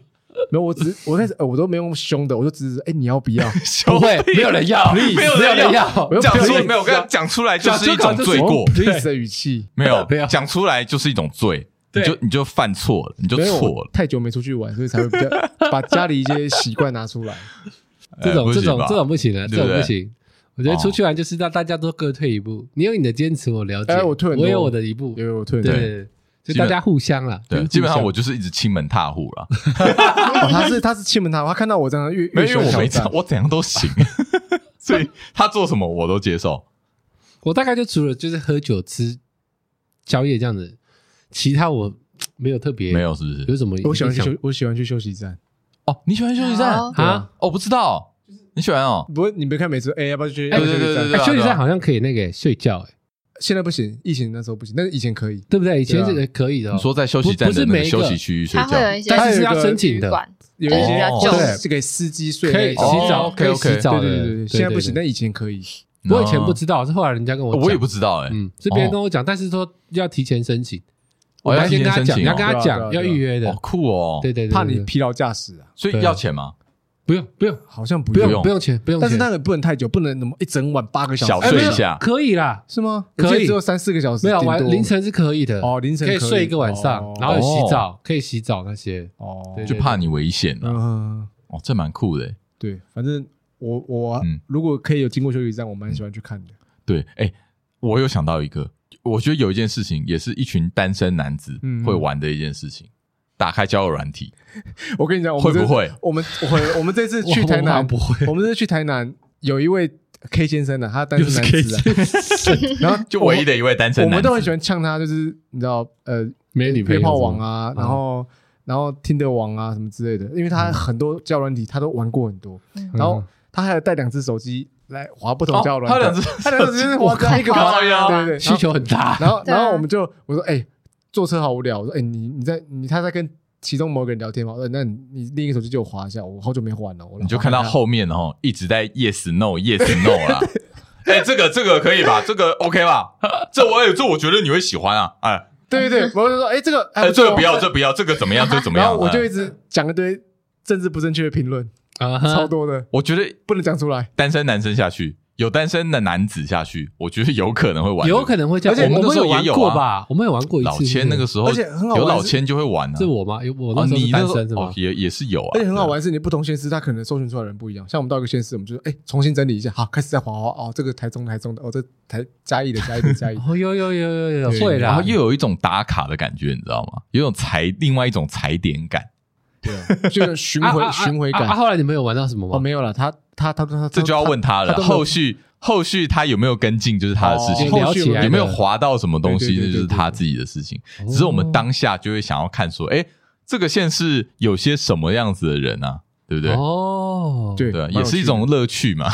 A: 没有，我只我开 始、呃我都没用凶的，我就只是哎、你要不要？
D: 不 会，没有人要，
B: 没有
D: 没有人
B: 人
D: 要
B: 要。
A: 我又
B: 讲出
A: 不要
B: 没有？我刚刚讲出来就是一种罪
A: 我
B: 过
A: 用，please 的语气，
B: 没
D: 没有
B: 有讲出来就是一种罪，你
D: 啊对
B: 就你就犯错了，你就
A: 没有
B: 错
A: 我
B: 了。
A: 太久没出去玩，所以才会比较把家里一些习惯拿出来。
D: 这
B: 哎
D: 种
B: 不
D: 这
B: 行
D: 种
B: 吧
D: 这种不行的，这
B: 对不
D: 种不
B: 对
D: 行。我觉得
B: 哦
D: 出去玩就是让大家都各退一步，你有你的坚持，我了解。
A: 哎我退很多
D: 我有我的一步，
A: 因为我突然
D: 对
A: 间，
D: 对，就
B: 基本
D: 大家互相啦。就
B: 对，
D: 是
B: 基本上
D: 互
B: 我就是一直亲门踏户了，
A: 哦他是他是欺门他，他看到我这样越
B: 没
A: 越
B: 有因为
A: 喜欢
B: 我没
A: 挑
B: 这
A: 战
B: 样，我怎样都行， 所以他做什么我都接 受。
D: 我大概就除了就是喝酒、吃宵夜这样子，其他我没有特别
B: 没有是不是？
D: 有什么影响。
A: 我喜欢去休，我喜欢去休息站。
B: 哦，你喜欢休息站？
C: 好
B: 哦，
D: 啊，
B: 我不知道，你喜欢哦？
A: 不是你没看每次，哎、要不要去？
D: 哎
A: 要不要去
B: 对对
A: 休息站
B: 对
D: 哎
B: 啊
D: 休息站好像可以那个睡觉，哎，
A: 现在不行，疫情那时候不行，但是以前
B: 哦
A: 可以。
D: 对不对？以前
A: 对啊
D: 这个可以的哦。
B: 你说在休息站
D: 不不
B: 的
D: 是
B: 那
D: 每
B: 个
D: 一个
B: 休息区域睡
C: 他
B: 觉
C: 会？有一些
D: 但是是要
A: 还有一个
D: 申请的
C: 旅，
A: 有一
C: 馆
B: 就是
A: 些
B: 比较
A: 哦
B: 旧式
A: 对，是给司机睡
D: 可以
A: 那
D: 洗
A: 种。
B: 哦
D: 澡，可以
B: OK，OK
D: 洗澡
A: 对对
D: 的
A: 对对，。现在不行，
D: 对
A: 但以前可以。
D: 对我以前不知道，是后来人家跟我
B: 哦，
D: 讲，
B: 嗯我也不知道哎。
D: 嗯，是别人
B: 哦
D: 跟我讲，但是说要提前申请，
B: 哦
D: 我
B: 要
D: 还先
B: 提
D: 跟
B: 前
D: 他讲，
B: 申请
D: 要
B: 哦
D: 跟他
A: 对啊
D: 讲，
A: 对
D: 要
A: 啊
D: 预约的
B: 好，酷哦。
D: 对，对对，
A: 怕你
D: 对
A: 疲劳驾驶啊，
B: 所以
D: 对
B: 要钱吗？
D: 不用不用
A: 好像不
D: 不用
A: 用
D: 不用钱不用钱，
A: 但是那个不能太久，不能怎么一整晚八个小
B: 小
A: 时
D: 哎
B: 睡
D: 没有
B: 一下
D: 可以啦，
A: 是吗？
D: 可以
A: 我记得只有三四个小时，
D: 没有
A: 顶
D: 晚
A: 多
D: 凌晨是可以的
A: 哦，凌晨
D: 可以
A: 以
D: 睡一个晚上
A: 哦，
D: 然后有洗澡，可以洗澡那些。
A: 哦，
D: 对
B: 就怕你危险啊。
A: 嗯，
B: 哦，这蛮酷的。
A: 对，反正我我
B: 嗯
A: 如果可以有经过休息站，我蛮喜欢去看的。
B: 对，哎，我有想到一个，我觉得有一件事情也是一群单身男子
A: 嗯
B: 会玩的一件事情，打开交友软体。
A: 我跟你哦讲，我
B: 会
A: 们
B: 不
A: 这
B: 会？
A: 我们我会，我们这次 去台
D: 我好像
A: 南，
D: 不会，
A: 我们这次去台南，有一位 K 先生呢、啊，他单身男子、啊，然后
B: 就唯一的一位单身
A: 我
B: 男子，
A: 们都很喜欢呛他，就是你知道，呃，
D: 没女朋
A: 约
D: 友
A: 炮王啊
B: 嗯
D: 是，吗
A: 然后然后听的王啊什么之类的，因为他很多交友软体他都玩过很多，
C: 嗯
A: 然后他还有带两只手机来划不同
B: 哦
A: 交友软
B: 他
A: 体，
B: 有两只
A: 他两只手机是划
C: 靠
A: 一个划
B: 靠腰
A: 对对对，
D: 需求很大，
A: 然后
C: 对啊
A: 然后我们就我说哎、坐车好无聊，我说哎、你你在你他在跟其中某个人聊天嘛，我说哎那你你另一个手机借我划一下，我好久没玩了，我 来
B: 你就
A: 滑
B: 看到
A: 一下
B: 后面哦，一直在 yes no yes no 啦。 哎，这个这个可以吧？这个 OK 吧？这我哎，这我觉得你会喜欢啊！哎
A: 对对对，我就说哎、这个哎、
B: 哎，这个不
A: 错
B: 要，这个不要，这个怎么样？这个怎么
A: 然
B: 样？
A: 后我就一
B: 哎
A: 直讲一堆政治不正确的评论，
D: 啊
B: 嗯
D: 哈
A: 超多的，
B: 我觉得
A: 不能讲出来。
B: 单身男生下去，有单身的男子下去，我觉得有可能会玩这个。
D: 有可能会这
B: 而
D: 样。
B: 且
D: 我
B: 我们那
D: 们
B: 时候
D: 玩
B: 也有啊
D: 过吧？我们有玩过一次。
B: 老千那个时候，
A: 而且很好玩
B: 有老千就会玩啊。
D: 是我吗？有我
B: 哦，
D: 那时候
B: 你
D: 是
B: 那
D: 单
B: 时候
D: 身是
B: 哦
D: 吗？
B: 也也是有啊，
A: 而且很好玩，是你不同县市，它可能搜寻出来的人不一样。像我们到一个县市，我们就说，哎、重新整理一下，好，开始在划划哦，这个台中的台中的，哦，这台嘉义的嘉义的嘉义的，
D: 哦，有有有有有
A: 对
D: 会
B: 对。然
D: 啦
B: 后，又有一种打卡的感觉，你知道吗？有一种踩另外一种踩点感，
A: 对啊，就是巡
D: 啊
A: 回、
D: 啊啊
A: 巡回
D: 啊
A: 感。
D: 啊后来你们有玩到什么
A: 哦，
D: 吗？
A: 没有了，他他他他
B: 这就要问他了。
A: 他都没有
B: 后续后续他有没有跟进，就是他的事情。
A: 哦
D: 聊起来
B: 有没有滑到什么东西，
A: 对对对
B: 那
A: 对
B: 就是他自己的事情。
D: 哦
B: 哦只是我们当下就会想要看说，哎，这个县市有些什么样子的人啊，对不对？
D: 哦，
A: 对
B: 对啊，
A: 蛮有
B: 也是一种乐趣嘛。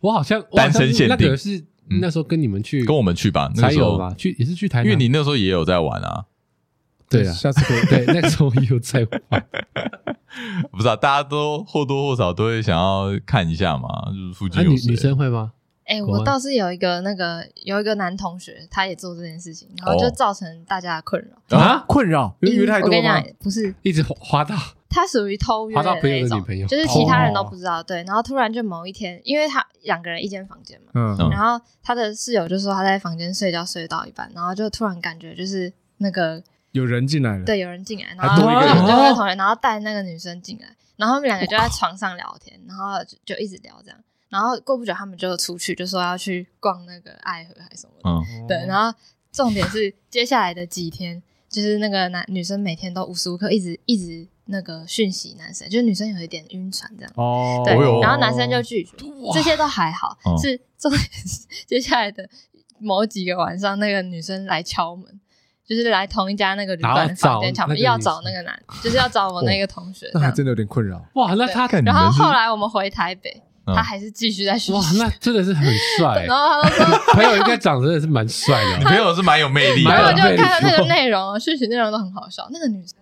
D: 我好像
B: 单身限定嗯
D: 我好像那个是那时候跟你们去
B: 跟我们去吧，那
D: 才
B: 个时
D: 有
B: 候
D: 吧？去也是去台
B: 因
D: 南，
B: 为你那时候也有在玩啊，
D: 对 啊，
A: 下次可以。
D: 对，那个时候有在 玩，
B: 不是啊，大家都或多或少都会想要看一下嘛，就是附
D: 那
B: 近
D: 啊女
B: 有谁。
D: 女生会吗？
C: 哎、
D: 国外
C: 我倒是有一个那个有一个男同学，他也做这件事情，然后就
B: 哦
C: 造成大家的困扰。
A: 啊，困扰，因为
C: 因
A: 约太
C: 我
A: 多
C: 跟你
A: 吗
C: 讲？，不是，
D: 一直滑滑到
C: 他属于偷约
D: 滑
C: 的
D: 到朋友
C: 那
D: 的
C: 种
D: 女，朋友
C: 就是其他人都不知道。对，然后突然就某一天，因为他两个人一间房间嘛，
A: 嗯
B: 嗯
C: 然后他的室友就说他在房间睡觉睡到一半，然后就突然感觉就是那个
A: 有人进来了，
C: 对有人进来，然
A: 还
C: 后
A: 多一个人
C: 对那个同学，然后带那个女生进来，然后他们两个就在床上聊天，然后就就一直聊这样，然后过不久他们就出去，就说要去逛那个爱河还是什么的。
B: 嗯，
A: 哦
C: 对，然后重点是接下来的几天，就是那个男女生每天都无时无刻一直一直那个讯息男生，就是女生有一点晕船这样。
A: 哦，
C: 对，
B: 哦哟
C: 然后男生就拒绝，这些都还好，
B: 嗯
C: 是重点是接下来的某几个晚上，那个女生来敲门，就是来同一家那个旅馆的房间敲门，
D: 然
C: 要
D: 后找
C: 找那个男，就是要找我那个同学这
A: 那还
C: 样。
A: 真的有点困扰。
D: 哇，那他
B: 看你
C: 然
B: 们
C: 后
B: 是
C: 后来我们回台北，
B: 嗯
C: 他还是继续在讯
D: 哇，
C: 息，
D: 那真的是很帅欸
C: 然，后他就说。
D: 朋友应该长得真的是蛮帅
B: 你
D: 的。
B: 朋友是蛮有魅力
D: 蛮
C: 然后我
D: 有
C: 就
B: 的，
D: 魅力
C: 看到那个内容哦，讯息内容都很好笑。那个女生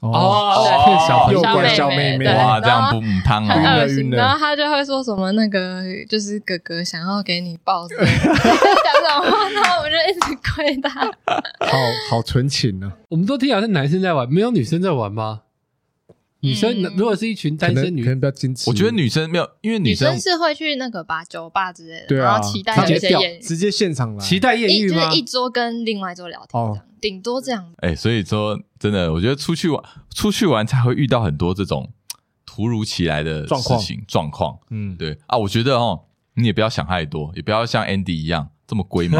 D: 哦，
C: 对
D: 骗小朋
A: 诱
D: 友
C: 小
A: 拐
C: 妹
A: 小
C: 妹
A: 妹妹
C: 对嗯
B: 哇，
C: 然
B: 这样不
C: 后
B: 母汤
C: 很
B: 哦，
C: 恶
A: 晕
C: 心，
A: 了
C: 然后他就会说什么那个就是哥哥想要给你抱 着，讲这种话，然后我们就一直亏他。
A: 好好纯情啊呢，
D: 我们都听好像男生在玩，没有女生在玩吗？女生
C: 嗯
D: 如果是一群
A: 可
D: 单
A: 能
D: 身女
A: 可，能比较矜持。
B: 我觉得女生没有，因为
C: 女
B: 生
C: 生是会去那个吧酒吧之类的，
A: 对啊
C: 然后期待有一些艳遇，
A: 直接现场来，
D: 期待艳
C: 一
D: 遇
C: 就
D: 吗
C: 是？一桌跟另外一桌聊天这样，顶多这样。
B: 哎、所以说真的，我觉得出去玩，出去玩才会遇到很多这种突如其来的
A: 状
B: 事
A: 况
B: 情状况。
A: 嗯，
B: 对啊，我觉得哦，你也不要想太多，也不要像 Andy 一样这么龟毛，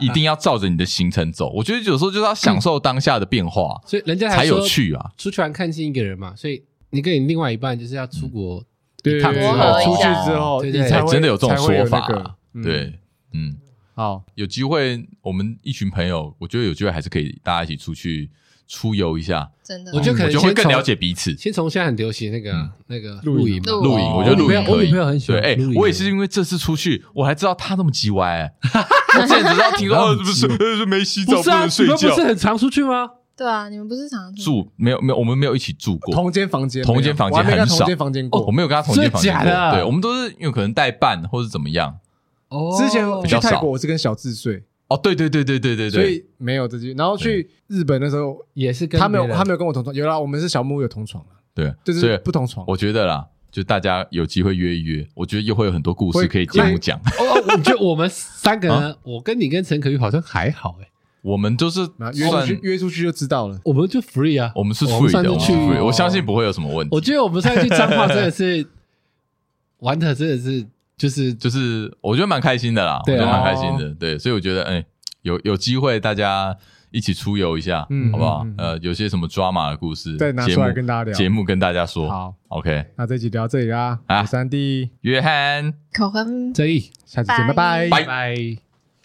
B: 一定要照着你的行程走。我觉得有时候就是要享受当下的变化、
D: 所以人家
B: 才
D: 嗯还说
B: 有趣啊。
D: 出去玩看清一个人嘛，所以你跟你另外一半就是要出
B: 嗯
D: 国
A: 对，
D: 一趟之
C: 磨
D: 后
C: 合一
A: 出去
C: 下
A: 之后，
D: 对对
A: 你才会
B: 哎真的有这种说法啊
A: 才会有那个嗯
B: 对，嗯，
A: 好，
B: 有机会我们一群朋友，我觉得有机会还是可以大家一起出去出游一下，嗯
C: 真的，啊
D: 我觉得可
B: 我
D: 能
B: 就会
D: 先
B: 更
D: 从
B: 了解彼此。
D: 先从现在很流行那个啊那个
A: 露
D: 露
A: 营
D: 营嘛，
C: 露
B: 露营，
A: 哦
B: 嗯我觉得露
D: 我女
B: 营
D: 朋友
B: 可以。
D: 我女朋友很喜欢
B: 对，哎、
D: 露营
B: 我也是因为这次出去，我才知道他那么叽歪、 欸。我之前只知道听说，哦，不是，呃是没洗澡
D: 不是啊？
B: 能
D: 你
B: 睡
D: 们
B: 觉
D: 不，是很常出去吗？
C: 对啊，你们不是常常
B: 住没有没有，我们没有一起住过，
A: 同间房间没有，
B: 同间房间
A: 我还没
B: 很
A: 跟
B: 少
A: 同间房间
B: 哦，我
A: 过。
B: 没有跟他同一间房间过，
D: 真的假的
B: 对，我们都是有可能代办或者怎么样。
D: 哦
A: 之前
B: 比
A: 去
B: 较少
A: 泰国我是跟小智睡，
B: 哦，对对对对对对
A: 所
B: 对，
A: 以没有这些。然后去日本的时候，
D: 也是跟
A: 他没有
D: 别人
A: 他没有跟我同床，有啦，我们是小木屋有同床啊，
B: 对，
A: 就
B: 所
A: 是
B: 以
A: 不同床。
B: 我觉得啦，就大家有机会约一约，我觉得又会有很多故事
A: 会
B: 可以节目讲。
D: 哦，哦我觉得我们三个
B: 啊
D: 人，我跟你跟陈可玉好像还好哎，
B: 我们都是
A: 那约出
B: 算
A: 去约出去就知道了。
D: 我们就 free 啊，
B: 我们是
D: 我们
B: free
D: 上
B: 的，我
D: 次
B: 们是
D: 去
B: free，我
A: 哦
B: 相信不会有什么问
D: 我
B: 题。
D: 觉得我们上次去彰化真的是玩的真的是就是
B: 就是我觉得蛮开心的啦，我
D: 对
B: 觉
D: 啊
B: 得蛮开心的，对，所以我觉得哎，有有机会大家一起出游一下，
A: 嗯
B: 好不好
A: 嗯？嗯
B: 呃，有些什么 drama 的故事，
A: 再拿
B: 节
A: 出来
B: 目
A: 跟大家聊
B: 节目跟大家说。
A: 好，
B: OK，
A: 那这集聊到这里啦。
B: 啊
A: 我是三弟，
B: 约翰。
C: 口分
D: 争议。
A: 下次见，
C: 拜
A: 拜拜
B: 拜
D: 拜。